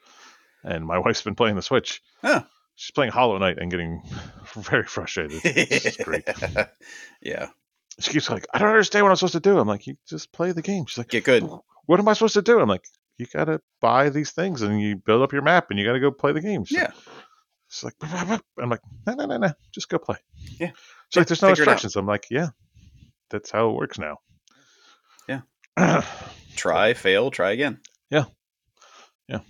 and my wife's been playing the Switch. Huh. She's playing Hollow Knight and getting very frustrated. It's great. yeah, She keeps like, I don't understand what I'm supposed to do. I'm like, you just play the game. She's like, get good. what am I supposed to do? I'm like, you gotta buy these things and you build up your map and you gotta go play the games. Yeah, It's like "Bah, bah, bah." I'm like, no, no, no, no, just go play. Yeah. It's like there's no Figure it out. instructions. I'm like, yeah, that's how it works now. Yeah. yeah. try, fail, try again. Yeah. Yeah.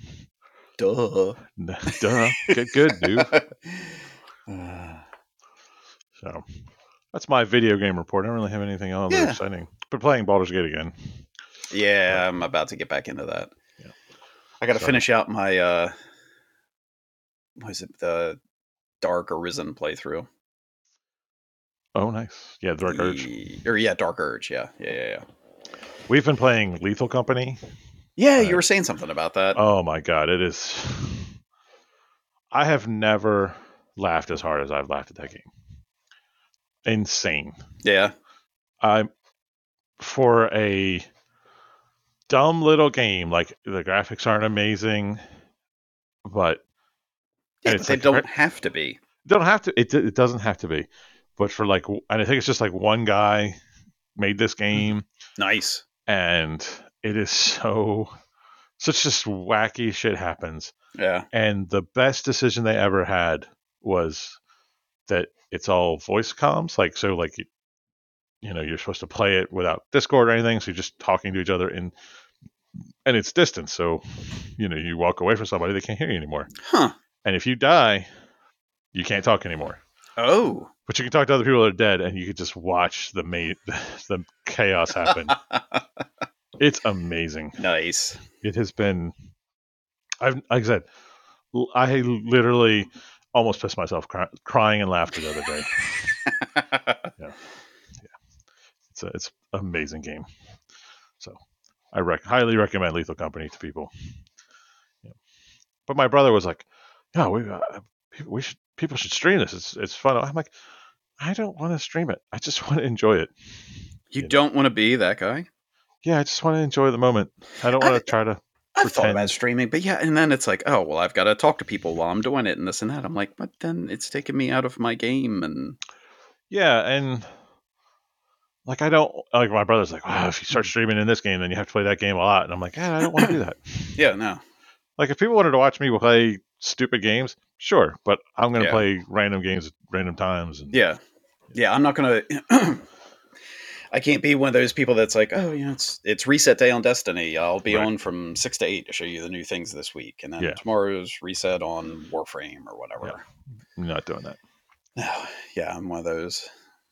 Duh. Duh. Get good, dude. Uh, So that's my video game report. I don't really have anything else Yeah. exciting. But playing Baldur's Gate again. yeah, I'm about to get back into that. Yeah. I got to So- finish out my uh, what is it the Dark Arisen playthrough? Oh, nice. Yeah, Dark Urge. The- or yeah, Dark Urge. Yeah, yeah, yeah, yeah. We've been playing Lethal Company. Yeah, Right. you were saying something about that. Oh my god, it is. I have never laughed as hard as I've laughed at that game. Insane. yeah, I'm for a dumb little game. Like the graphics aren't amazing, but yeah, it's but they like- don't have to be. don't have to. It it doesn't have to be. But for like, and I think it's just like one guy made this game, Nice. and it is so such just wacky shit happens. Yeah. and the best decision they ever had was that it's all voice comms like so like you, you know you're supposed to play it without discord or anything so you're just talking to each other and and it's distance. So, you know, you walk away from somebody, they can't hear you anymore. Huh. And if you die, you can't talk anymore. Oh. But you can talk to other people that are dead, and you can just watch the ma- the chaos happen. it's amazing. nice. It has been. I've like I said, l- I literally almost pissed myself cry- crying and laughter the other day. it's a, it's an amazing game. So I rec- highly recommend Lethal Company to people. Yeah. But my brother was like, "No, we uh, people- we should people should stream this. It's it's fun." I'm like, "I don't want to stream it. I just want to enjoy it. you Yeah. don't want to be that guy. Yeah, I just want to enjoy the moment. I don't I- want to try to." I thought Pretend. about streaming, but yeah, and then it's like, oh well, I've got to talk to people while I'm doing it and this and that. I'm like, but then it's taking me out of my game, and Yeah, and like I don't like my brother's like, "Wow, if you Mm-hmm. start streaming in this game, then you have to play that game a lot." And I'm like, "Ah, I don't want to do that." yeah, no, Like if people wanted to watch me play stupid games, sure, but I'm gonna Yeah. play random games at random times. And, yeah, yeah, I'm not gonna. I can't be one of those people that's like, oh, you know, it's it's reset day on Destiny. I'll be Right. on from six to eight to show you the new things this week, and then Yeah. tomorrow's reset on Warframe or whatever. I'm not doing that. No, yeah, I'm one of those.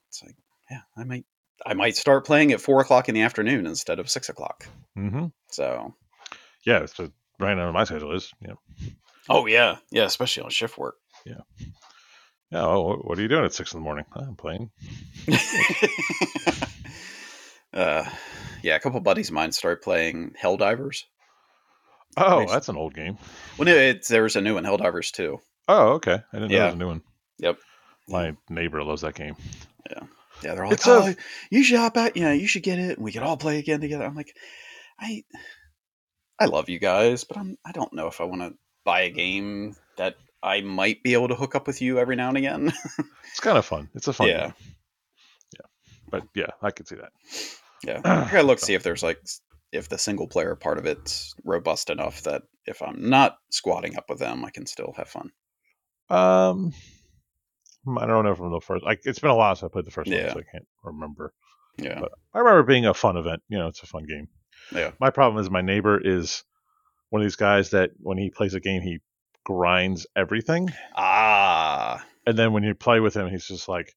It's like, yeah, I might I might start playing at four o'clock in the afternoon instead of six o'clock. hmm So, Yeah, it's a, right now my schedule is. Yeah. oh yeah, yeah, especially on shift work. Yeah. Oh, wha- what are you doing at six in the morning? "Oh, I'm playing. uh, yeah, a couple buddies of mine started playing Helldivers. Oh, Nice. that's an old game. Well, no, it's, there was a new one, Helldivers too. Oh, okay. I didn't know Yeah. there was a new one. Yep. My neighbor loves that game. Yeah, they're all like, It's oh, a- you should hop out. You know, you should get it, and we could all play again together. I'm like, I, I love you guys, but I'm I don't know if I want to buy a game that I might be able to hook up with you every now and again. It's kind of fun. It's a fun. Yeah. Game. Yeah. But yeah, I could see that. yeah, I gotta look see if there's like s- if the single player part of it's robust enough that if I'm not squatting up with them, I can still have fun. Um, hmm, I don't know from the first. Like, it's been a while since I played the first Yeah. one, so I can't remember. Yeah, I remember it being a fun event. You know, it's a fun game. Yeah. My problem is my neighbor is one of these guys that when he plays a game, he grinds everything. ah, And then when you play with him, he's just like,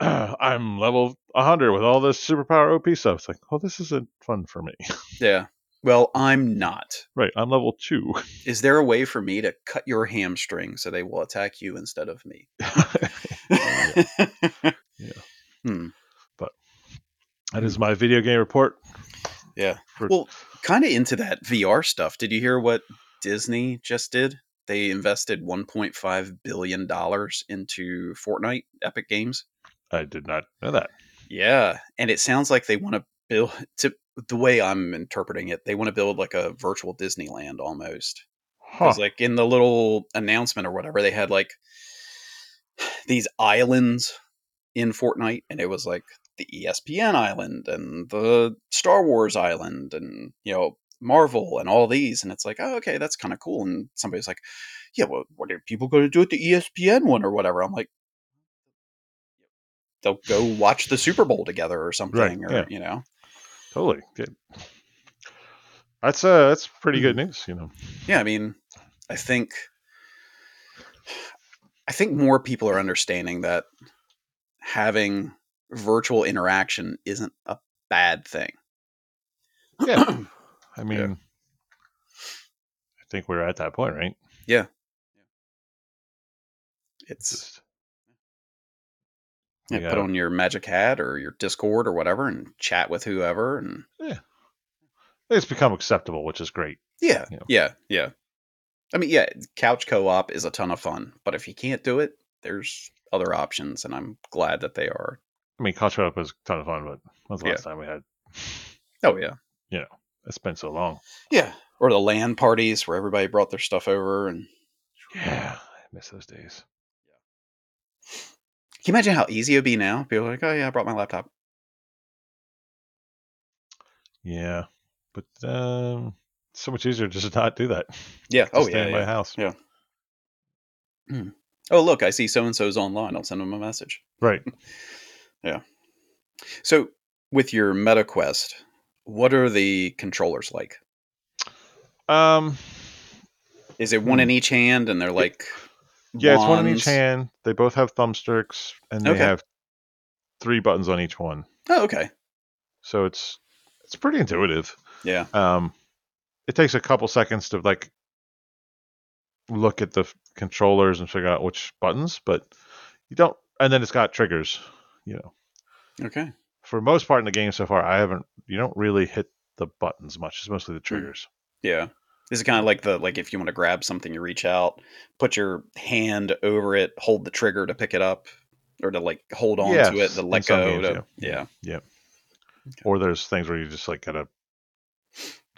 I'm level 100 with all this superpower OP stuff. It's like, oh, this isn't fun for me. yeah. Well, I'm not. right. I'm level two. Is there a way for me to cut your hamstring so they will attack you instead of me? Um, that is my video game report. Yeah. For- Well, kind of into that VR stuff. Did you hear what Disney just did? They invested 1.5 billion dollars into Fortnite, Epic Games. I did not know that. Yeah, and it sounds like they want to build to the way I'm interpreting it. They want to build like a virtual Disneyland almost. Huh. Because like in the little announcement or whatever, they had like these islands in Fortnite, and it was like the E ESPN island and the Star Wars island, and you know Marvel and all these, and it's like, oh, okay, that's kind of cool. And somebody's like, yeah, well, what are people going to do at the E ESPN one or whatever? I'm like, they'll go watch the Super Bowl together or something, or yeah. you know, Totally. Good. That's uh that's pretty good Mm-hmm. news, you know. yeah i mean i think i think more people are understanding that having virtual interaction isn't a bad thing Yeah. I mean I think we're at that point, right? it's Just- yeah, yeah. put on your magic hat or your discord or whatever and chat with whoever and it's become acceptable, which is great. yeah Yeah. yeah yeah, i mean yeah couch co-op is a ton of fun but if you can't do it there's other options and i'm glad that they are I mean, Couch Up was a ton of fun, but when's the Yeah. last time we had? oh yeah It's been so long. yeah or the land parties where everybody brought their stuff over and Yeah, I miss those days. Can you imagine how easy it would be now? People are like, oh yeah, I brought my laptop. Yeah, but um, it's so much easier just to not do that. Yeah. Just Oh stay yeah. in yeah. my house. Yeah. Oh look, I see so and so's online. I'll send them a message. Right. So with your MetaQuest, what are the controllers like? Um, Is it one in each hand and they're like Hmm. yeah, it's one in wands? each hand. They both have thumbsticks, and they Okay. have three buttons on each one. Oh, okay. So it's it's pretty intuitive. Yeah. Um, it takes a couple seconds to like look at the f- controllers and figure out which buttons, but you don't. And then it's got triggers. You know, Okay. for most part in the game so far, I haven't. You don't really hit the buttons much. It's mostly the Hmm. triggers. Yeah. This is kind of like the like if you want to grab something, you reach out, put your hand over it, hold the trigger to pick it up, or to like hold on to it, Yes, to in let some go. games, to- yeah. yeah. Or there's things where you just like gotta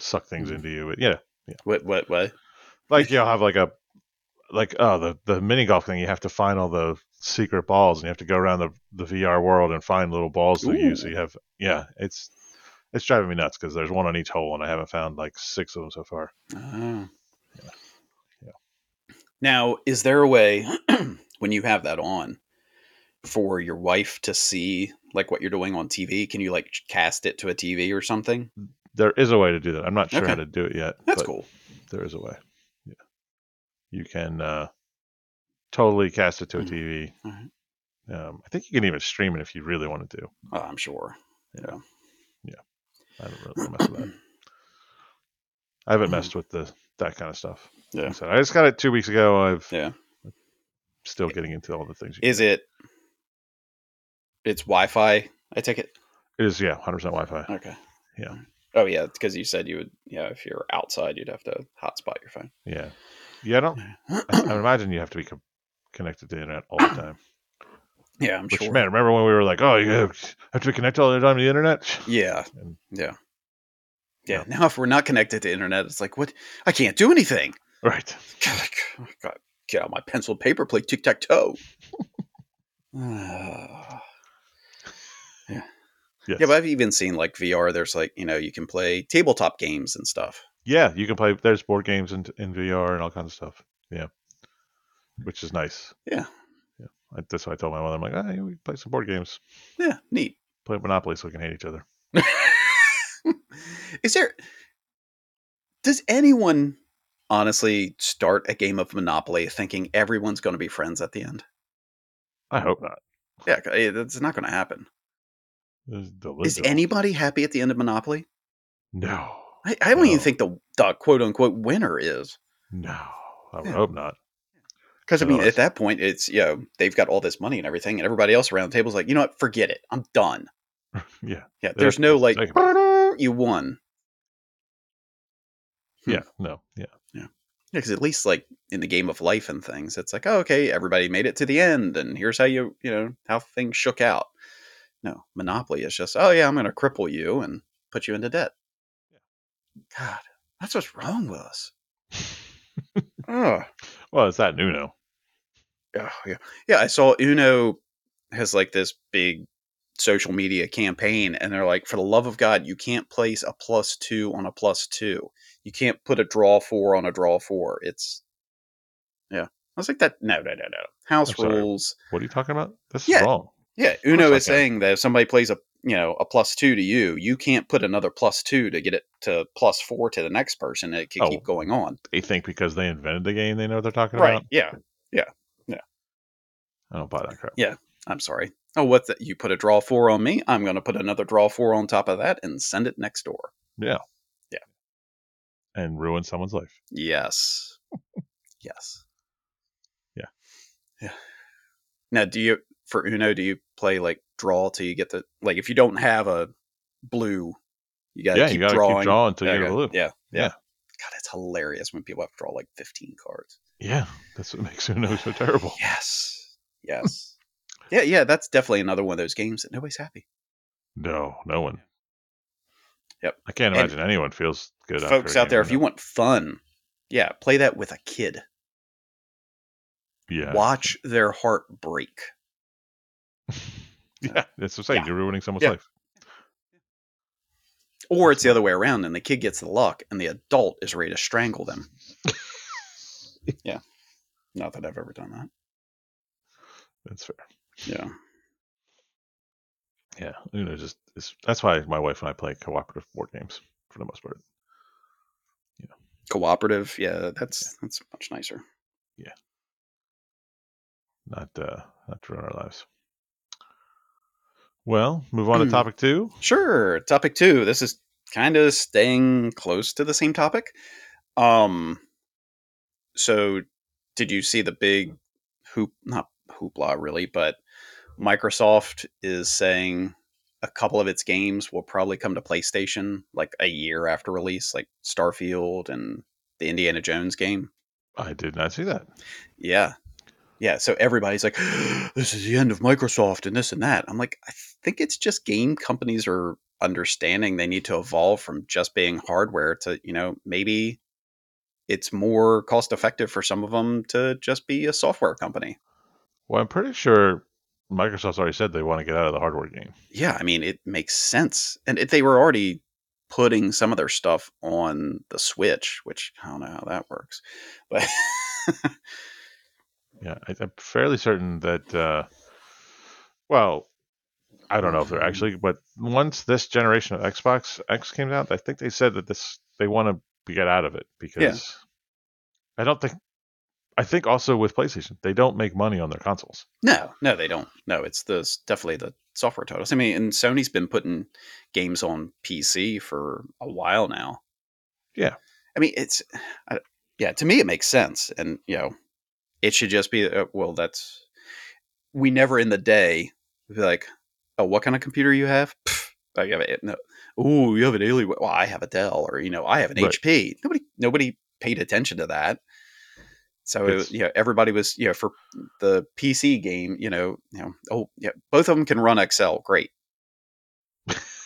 suck Hmm. things into you. But yeah, What what what? like you'll have like a like oh the the mini golf thing you have to find all the secret balls and you have to go around the the VR world and find little balls to use so Ooh. you have yeah it's it's driving me nuts because there's one on each hole and I haven't found like six of them so far Oh. Yeah. Now, is there a way when you have that on for your wife to see like what you're doing on TV? Can you like ch- cast it to a TV or something? there is a way to do that I'm not sure how Okay. to do it yet That's but cool. there is a way yeah you can uh totally cast it to a Mhm. TV Alright. um, I think you can even stream it if you really want to do Oh, I'm sure. I don't really wanna mess with that I haven't messed with the that kind of stuff. Yeah. Like I, said, I just got it two weeks ago. I've Yeah. still getting into all the things. Is it? It's Wi-Fi. I take it. it is yeah, hundred percent Wi-Fi. Okay. Yeah. Oh yeah, because you said you would. Yeah, if you're outside, you'd have to hotspot your phone. Yeah, yeah. I don't. I, I imagine you have to be co- connected to the internet all the time. yeah, I'm Which sure. man, remember when we were like, oh, you have have to connect all the time to the internet? Yeah. And- Yeah. Yeah. Yeah. Now, if we're not connected to internet, it's like, what? I can't do anything. Right. God, I gotta get out my pencil and paper, play tic tac toe. yeah. Yes. yeah, but I've even seen like VR. There's like you know you can play tabletop games and stuff. yeah, you can play. There's board games in, in VR and all kinds of stuff. Yeah, which is nice. Yeah. Yeah. I, that's why I told my mother, I'm like, ah, yeah, we can play some board games. Yeah, neat. Play Monopoly so we can hate each other. Is there? Does anyone honestly start a game of Monopoly thinking everyone's going to be friends at the end? I hope not. Yeah, eh, that's not going to happen. This is Is delusional. anybody happy at the end of Monopoly? No. I, I don't even No. think the, the quote unquote winner is. No. I would Yeah. hope not. Because I No, mean, it's- at that point, it's you know they've got all this money and everything, and everybody else around the table's like, you know what, forget it, I'm done. Yeah. Yeah, there's no like Take you won. Hmm. Yeah. No. Yeah. Because at least like in the game of life and things, it's like, oh, okay, everybody made it to the end, and here's how you you know how things shook out. No, Monopoly is just, oh yeah, I'm going to cripple you and put you into debt. God, that's what's wrong with us. Ugh. Well, it's that Nuno. Oh, yeah. Yeah, I saw Uno has like this big social media campaign, and they're like, for the love of God, you can't place a plus two on a plus two. You can't put a draw four on a draw four. It's, yeah. I was like, that, no, no, no, no. House I'm sorry. rules. What are you talking about? This Yeah. is wrong. Yeah. course Uno I is can. saying that if somebody plays a, you know, a plus two to you, you can't put another plus two to get it to plus four to the next person. It can Oh. Uh-huh. keep going on. They think because they invented the game, they know what they're talking Right. about. Yeah. I don't buy that crap. Yeah. I'm sorry. Oh, what's that? You put a draw four on me. I'm going to put another draw four on top of that and send it next door. And ruin someone's life. Yes. yes. Yeah. Yeah. Now, do you, for Uno, do you play like draw till you get the, like, if you don't have a blue, you got to yeah. keep You gotta drawing. keep drawing until you Okay. get a blue. Yeah. Yeah. Yeah. God, it's hilarious when people have to draw like 15 cards. Yeah, That's what makes Uno so terrible. Yes. Yes. yeah. Yeah. That's definitely another one of those games that nobody's happy. No. No one. Yep. I can't And- imagine anyone feels good. after folks a out game there, of if you Uno. want fun, yeah, play that with a kid. Yeah. Watch their heart break. Yeah. That's what I'm saying. Yeah. You're ruining someone's Yeah. life. Or it's the other way around, and the kid gets the luck, and the adult is ready to strangle them. yeah. Not that I've ever done that. That's fair. Yeah. Yeah, you know, just it's, that's why my wife and I play cooperative board games for the most part. Yeah, cooperative. Yeah, that's that's much nicer. not uh, not to run our lives. Well, move on to topic two. Sure. Topic two. This is kind of staying close to the same topic. Um. So, did you see the big hoop? Not hoopla, really, but Microsoft is saying a couple of its games will probably come to PlayStation like a year after release, like Starfield and the Indiana Jones game. I did not see that. Yeah. Yeah. So everybody's like, this is the end of Microsoft and this and that. I'm like, I think it's just game companies are understanding they need to evolve from just being hardware to, you know, maybe it's more cost effective for some of them to just be a software company. Well, I'm pretty sure Microsoft's already said they want to get out of the hardware game. Yeah. I mean, it makes sense. And it, they were already putting some of their stuff on the Switch, which I don't know how that works. But. Yeah, I, I'm fairly certain that. Uh, well, I don't know if they're actually, but once this generation of Xbox X came out, I think they said that this they want to get out of it because I don't think. I think also with PlayStation, they don't make money on their consoles. No, no, they don't. No, it's the s- definitely the software titles. I mean, and Sony's been putting games on PC for a while now. Yeah. I mean, it's I, yeah. To me, it makes sense, and you know, it should just be uh, well. That's we never in the day be like, oh, what kind of computer you have? Pff, oh, you have a, no. Ooh, you have an Alienware. Well, I have a Dell, or you know, I have an Right. HP. Nobody, nobody paid attention to that. So It's- it, you know, everybody was you know for the PC game, you know, you know, oh yeah, both of them can run Excel, great.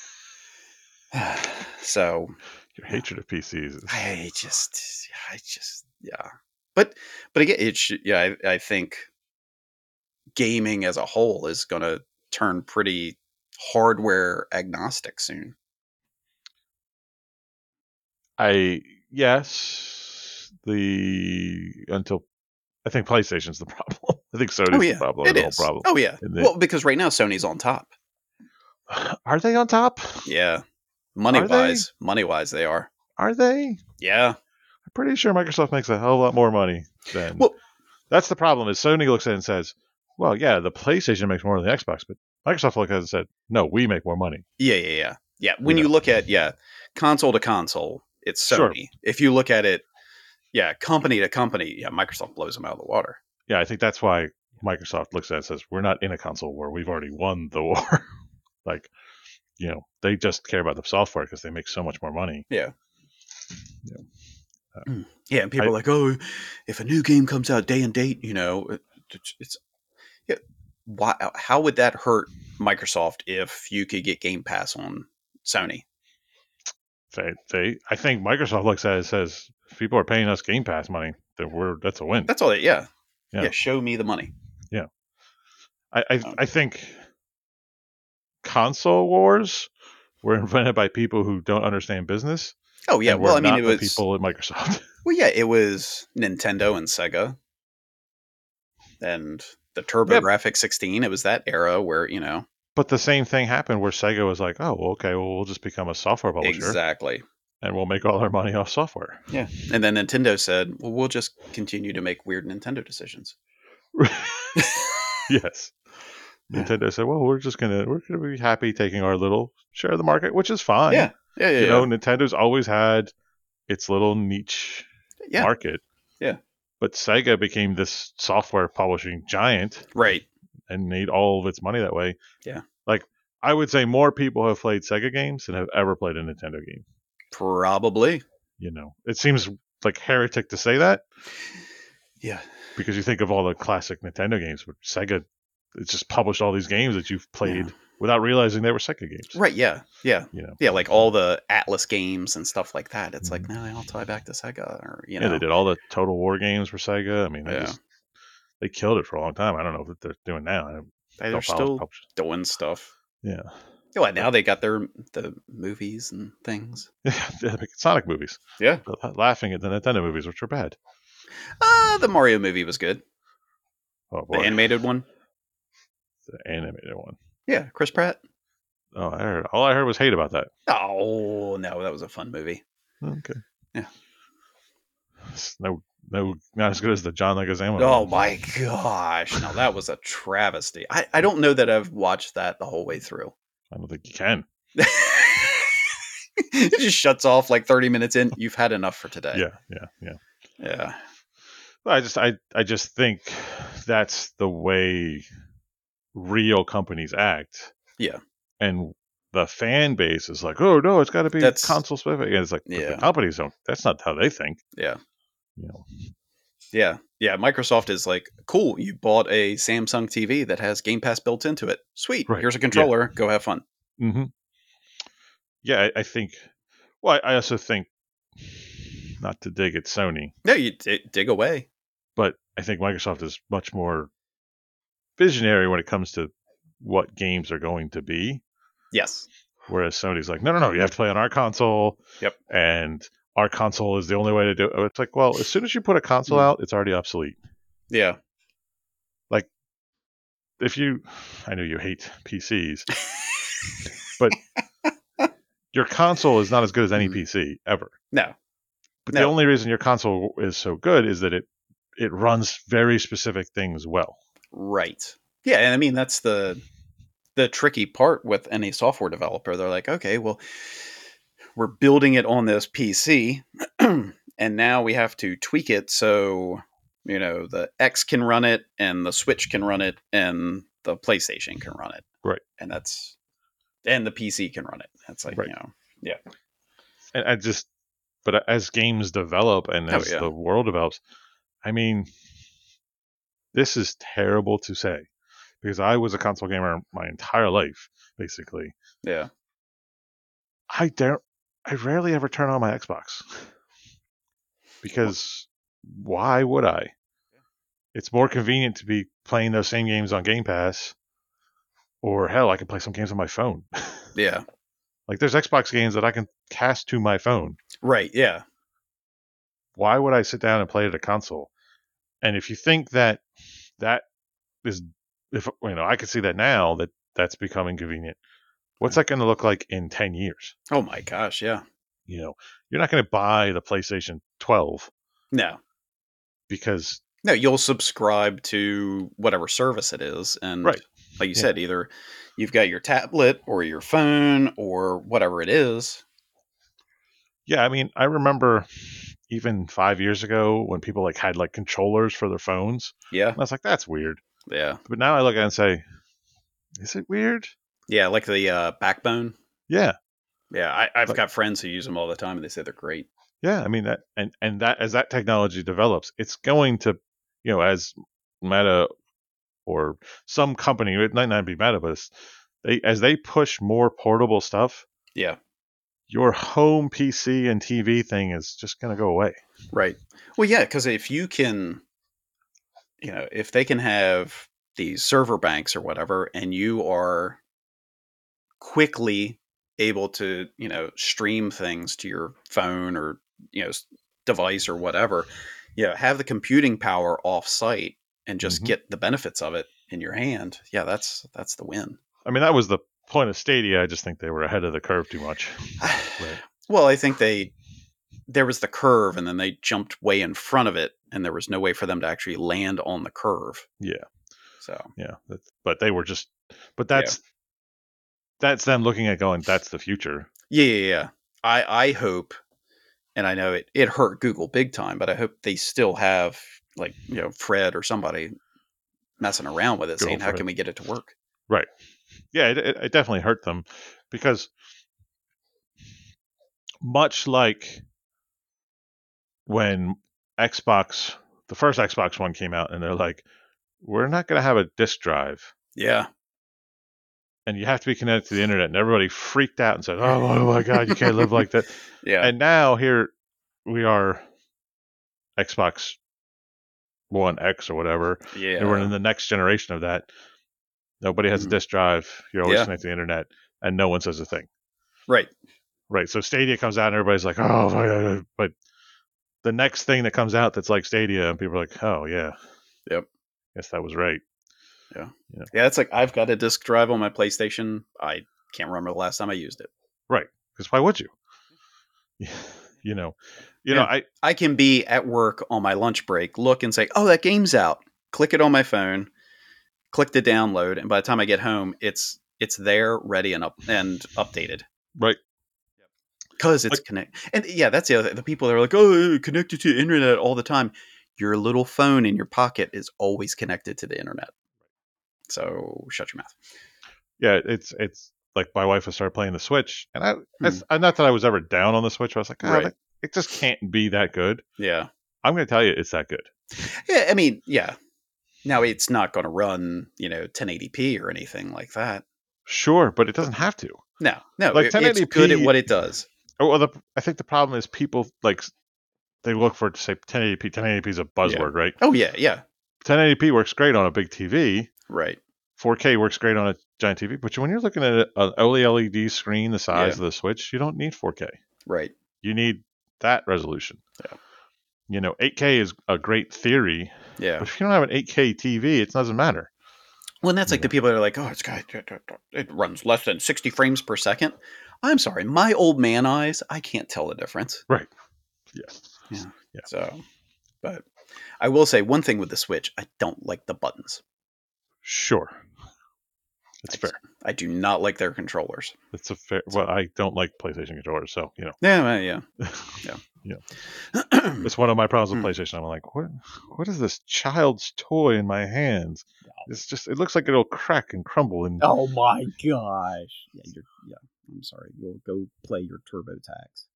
so Your hatred of PCs is I just, I just, yeah. But, but again, it should, yeah, I, I think gaming as a whole is going to turn pretty hardware agnostic soon. I yes, the until I think PlayStation's the problem. I think Sony's oh, yeah. the problem. It the whole is. problem. Oh, yeah. And they- well, because right now Sony's on top. Oh. Are they on top? Yeah. Money Are they? wise, money wise, they are. Are they? Yeah. I'm pretty sure Microsoft makes a hell of a lot more money than. Well- that's the problem. Is Sony looks at it and says, "Well, yeah, the PlayStation makes more than the Xbox," but Microsoft looks at it and said, "No, we make more money." Yeah. Yeah. Yeah. Yeah. When Yeah. you look at, yeah, console to console, it's Sony. Sure. If you look at it, yeah, company to company, yeah, Microsoft blows them out of the water. Yeah, I think that's why Microsoft looks at it and says, "We're not in a console war. We've already won the war." like, you know, they just care about the software because they make so much more money. Yeah, and people I- are like, oh, if a new game comes out day and date, you know, it- it's, it's yeah. Why? uh, How would that hurt Microsoft if you could get Game Pass on Sony? They, they, I think Microsoft looks at it and says, if people are paying us Game Pass money, then we're that's a win. That's all. That, yeah. Yeah. yeah, Show me the money. I, I, I think console wars were invented by people who don't understand business. Oh yeah. and Well, were I mean, not it the was. people at Microsoft. Well, yeah, it was Nintendo and Sega, and the Turbo Yep. Graphic 16. It was that era where you know but the same thing happened where Sega was like, "Oh, well, okay, well, we'll just become a software publisher exactly. and we'll make all our money off software." And then Nintendo said, well, we'll just continue to make weird Nintendo decisions. yes. Yeah. Nintendo said, "Well, we're just gonna we're gonna be happy taking our little share of the market, which is fine. Yeah. Yeah. Yeah. you yeah. know, Nintendo's always had its little niche Yeah. market. Yeah. But Sega became this software publishing giant Right. and made all of its money that way. Yeah. Like I would say more people have played Sega games than have ever played a Nintendo game. Probably. You know. It seems like heretic to say that Yeah. because you think of all the classic Nintendo games where Sega it's just published all these games that you've played without realizing they were Sega games. Right. Yeah. Yeah. You know. Mm-hmm. Yeah. Like all the Atlas games and stuff like that. It's like, no, they all tie back to Sega or, you know. yeah, they did all the Total War games for Sega. I mean, they Yeah. just they killed it for a long time. I don't know what they're doing now. I They, don't are follow still publishers. doing stuff. Yeah. Yeah. well, now they got their the movies and things. Yeah, like Sonic movies. Yeah. But la- laughing at the Nintendo movies, which are bad. Uh, the Mario movie was good. Oh boy, The animated one. The animated one. Yeah. Chris Pratt. Oh, I heard all I heard was hate about that. Oh, no. That was a fun movie. Okay. Yeah. It's no, no, not as good as the John Leguizamo. Oh one. my gosh. Now that was a travesty. I, I don't know that I've watched that the whole way through. I don't think you can. it just shuts off like 30 minutes in. You've had enough for today. Yeah, yeah, yeah. Yeah. Well, I just, I, I just think that's the way real companies act. Yeah. And the fan base is like, oh no, it's got to be That's- console specific. And it's like, but Yeah. the companies don't. That's not how they think. Yeah. You know, Yeah. Yeah. Microsoft is like, cool. You bought a Samsung TV that has Game Pass built into it. Sweet. Right. Here's a Yeah. controller. Go have fun. Mm-hmm. Yeah, I, I think. Well, I, I also think not to dig at Sony, No, you d- dig away. but I think Microsoft is much more visionary when it comes to what games are going to be. Yes. Whereas Sony's like, no, no, no, you have to play on our console. Yep. And our console is the only way to do it. It's like, well, as soon as you put a console Mm. out, it's already obsolete. Yeah. If you, I know you hate PCs, but your console is not as good as any Mm. PC ever. No. But the No. only reason your console is so good is that it it runs very specific things well. Right. Yeah, and I mean that's the the tricky part with any software developer. They're like, okay, well, we're building it on this PC, and now we have to tweak it so you know the X can run it, and the Switch can run it, and the PlayStation can run it. Right. And that's and the PC can run it. That's like Right. you know, And I just, but as games develop and Oh, as yeah. the world develops, I mean, this is terrible to say because I was a console gamer my entire life, basically. yeah, I don't, I rarely ever turn on my Xbox because why would I? It's more convenient to be playing those same games on Game Pass, or hell, I can play some games on my phone. yeah, Like there's Xbox games that I can cast to my phone. right, yeah, Why would I sit down and play it at a console? And if you think that that is if you know, I can see that now that that's become inconvenient. What's that going to look like in 10 years? oh my gosh, yeah, You know, you're not going to buy the PlayStation 12 no, because No, you'll subscribe to whatever service it is, and Right. like you Yeah. said, either you've got your tablet or your phone or whatever it is. yeah, I mean, I remember even 5 years ago when people like had like controllers for their phones. Yeah, And I was like that's weird. yeah, But now I look at it and say is it weird? yeah. Like the uh, backbone. Yeah. Yeah, I, I've Like- got friends who use them all the time, and they say they're great. Yeah, I mean that, and and that as that technology develops, it's going to, you know, as Meta or some company, it might not be Meta, but it's, they as they push more portable stuff, Yeah, your home PC and TV thing is just going to go away. right. Well, yeah, because if you can, you know, if they can have these server banks or whatever, and you are quickly able to you know stream things to your phone or you know s- device or whatever you know have the computing power off site and just Mhm. get the benefits of it in your hand yeah that's that's the win I mean, that was the point of Stadia. I just think they were ahead of the curve too much. well i think they there was the curve and then they jumped way in front of it and there was no way for them to actually land on the curve Yeah. so Yeah, that, but they were just, but that's that's them looking at going, that's the future. yeah yeah yeah i i hope and i know it it hurt google big time but i hope they still have like you know fred or somebody messing around with it Good saying old how Fred. can we get it to work yeah, it, it, it definitely hurt them because much like when Xbox, the first Xbox one came out, and they're like, we're not going to have a disk drive, yeah and you have to be connected to the internet, and everybody freaked out and said, oh, oh my god, you can't live like that. yeah And now here we are, Xbox One X or whatever, yeah and we're in the next generation of that. Nobody has Mhm. a disk drive. You're always Yeah. connected to the internet, and no one says a thing. right Right. So Stadia comes out, and everybody's like, "Oh," blah, blah, blah," but the next thing that comes out that's like Stadia, and people are like, "Oh yeah, Yep. guess that was right." yeah it's like i've got a disk drive on my playstation i can't remember the last time i used it Because why would you? you know, you Yeah. know, I I can be at work on my lunch break, look and say, "Oh, that game's out." Click it on my phone, click the download, and by the time I get home, it's it's there, ready and up and updated. Right. Because it's connect, and yeah, that's the other thing. The people that are like, "Oh, connected to the internet all the time," your little phone in your pocket is always connected to the internet. So shut your mouth. yeah, it's it's like my wife has started playing the Switch, and I that's uh, not that I was ever down on the Switch. I was like, ah, Hmm. Right. that- it just can't be that good. Yeah, I'm going to tell you, it's that good. yeah. I mean, yeah. Now it's not going to run, you know, 1080p or anything like that. Sure, but it doesn't have to. No, no. Like, it- it's good at 1080p what it does. Oh, Well, the, I think the problem is people like they look for say 1080p. 1080p is a buzzword, right? Oh yeah, yeah. 1080p works great on a big TV. Right. 4K works great on a giant TV, but when you're looking at an OLED E screen the size of the Switch, you don't need 4K. Right. You need that resolution. Yeah. You know, 8K is a great theory, Yeah. but if you don't have an 8K TV, it doesn't matter. Well, and that's like the people that are like, "Oh, it's got it runs less than 60 frames per second. I'm sorry, my old man eyes, I can't tell the difference. Yes. So, but I will say one thing with the Switch, I don't like the buttons. Sure. It's I fair. I do not like their controllers. It's a fair. Well, I don't like PlayStation controllers, so you know, Yeah, well, yeah. it's one of my problems with Hmm. PlayStation. I'm like, what? What is this child's toy in my hands? It's just. It looks like it'll crack and crumble and oh my gosh. Yeah, you're yeah. I'm sorry. You'll go play your TurboTax.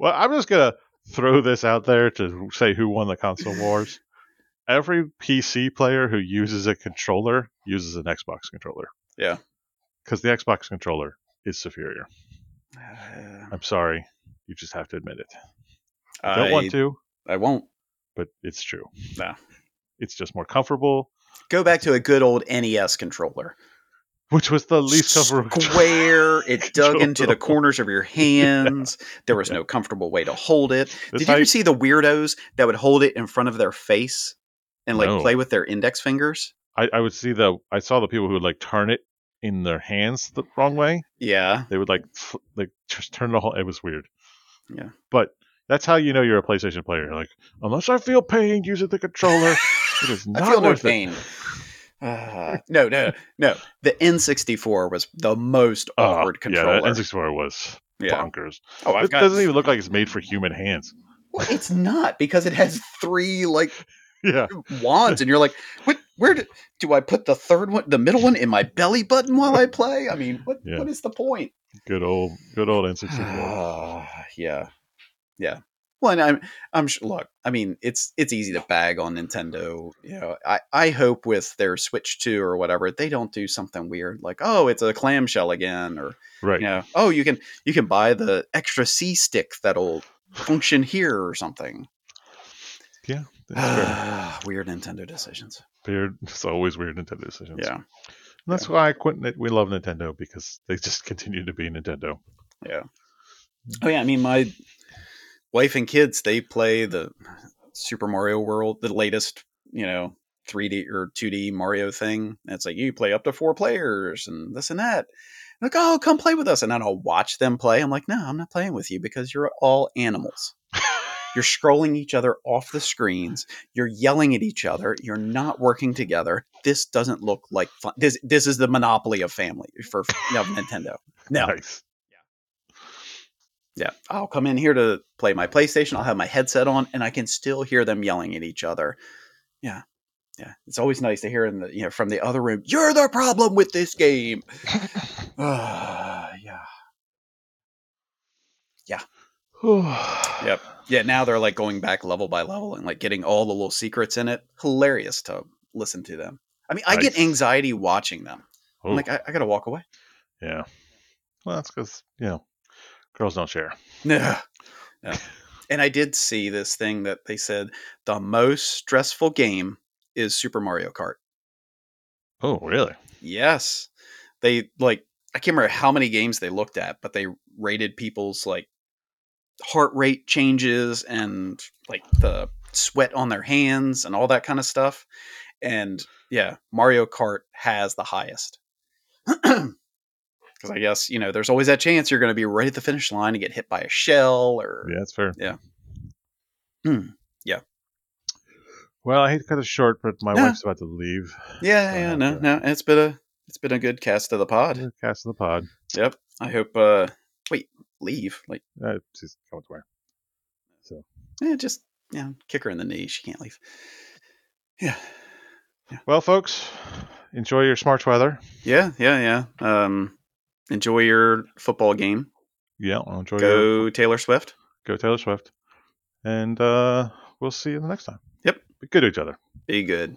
Well, I'm just gonna throw this out there to say who won the console wars. Every PC player who uses a controller uses an Xbox controller. Yeah. Because the Xbox controller is superior. Uh, I'm sorry. You just have to admit it. I I don't want to, I won't. but it's true. No. It's just more comfortable, Go back to a good old NES controller. which was the least comfortable. square. It dug into the Controllable. corners of your hands. There was no comfortable way to hold it. That's Did how you ever you- see the weirdos that would hold it in front of their face and like No. play with their index fingers? I, I would see the. I saw the people who would like turn it in their hands the wrong way. Yeah, They would like fl- like just turn the whole. It was weird. Yeah. But that's how you know you're a PlayStation player. Like unless I feel pain using the controller, it is I not feel no worth it. pain. Ah, no, no, no. The N64 was the most Uh, awkward yeah, that controller. N64 was Yeah. bonkers. Oh, I've It got. doesn't even look like it's made for human hands. Well, it's not because it has three like Yeah, wands, and you're like, what? Where do, do I put the third one, the middle one, in my belly button while I play? I mean, what? Yeah. What is the point? good old, good old N64. Ah, yeah, yeah. Well, and I'm, I'm sure. Look, I mean, it's it's easy to bag on Nintendo. You know, I I hope with their Switch Two or whatever, they don't do something weird like, oh, it's a clamshell again, or right. you know, oh, you can you can buy the extra C stick that'll function here or something. Ah, It's fair. Weird Nintendo decisions. Weird. It's always weird Nintendo decisions. Yeah, And that's why I quit. Ni- We love Nintendo because they just continue to be Nintendo. Oh yeah, I mean my wife and kids they play the Super Mario World, the latest, you know, 3D or 2D Mario thing. And it's like you play up to four players and this and that. And like, oh, come play with us, and then I'll watch them play. I'm like, no, I'm not playing with you because you're all animals. You're scrolling each other off the screens. You're yelling at each other. You're not working together. This doesn't look like fun. This this is the monopoly of family for of Nintendo. No, Nice. yeah, I'll come in here to play my PlayStation. I'll have my headset on, and I can still hear them yelling at each other. Yeah, yeah, it's always nice to hear in the you know from the other room. You're the problem with this game. Ah, yeah, yep. yeah. Now they're like going back level by level and like getting all the little secrets in it. Hilarious to listen to them. I mean, I get Nice. anxiety watching them. Ooh. I'm like, I, I gotta walk away. Yeah. Well, that's because, you know, girls don't share. No. no. And I did see this thing that they said the most stressful game is Super Mario Kart. Oh, really? Yes. They like I can't remember how many games they looked at, but they rated people's like heart rate changes and like the sweat on their hands and all that kind of stuff. And yeah, Mario Kart has the highest. Cuz because I guess you know there's always that chance you're going to be right at the finish line and get hit by a shell or Yeah, that's fair. Yeah. Hmm. Yeah. Well, I hate to cut it short, but my No. wife's about to leave. yeah, Or yeah, have no, to- no. It's been a it's been a good cast of the pod. Cast of the pod. Yep. I hope. uh Wait, leave like Uh, she's coming to where? So eh, just you know, kick her in the knee. She can't leave. Yeah. Well, folks, enjoy your smart weather. Yeah, yeah, yeah. Um, enjoy your football game. Yeah, I'll enjoy your Go Taylor Swift. go Taylor Swift, and uh, we'll see you the next time. Yep. Be good to each other. Be good.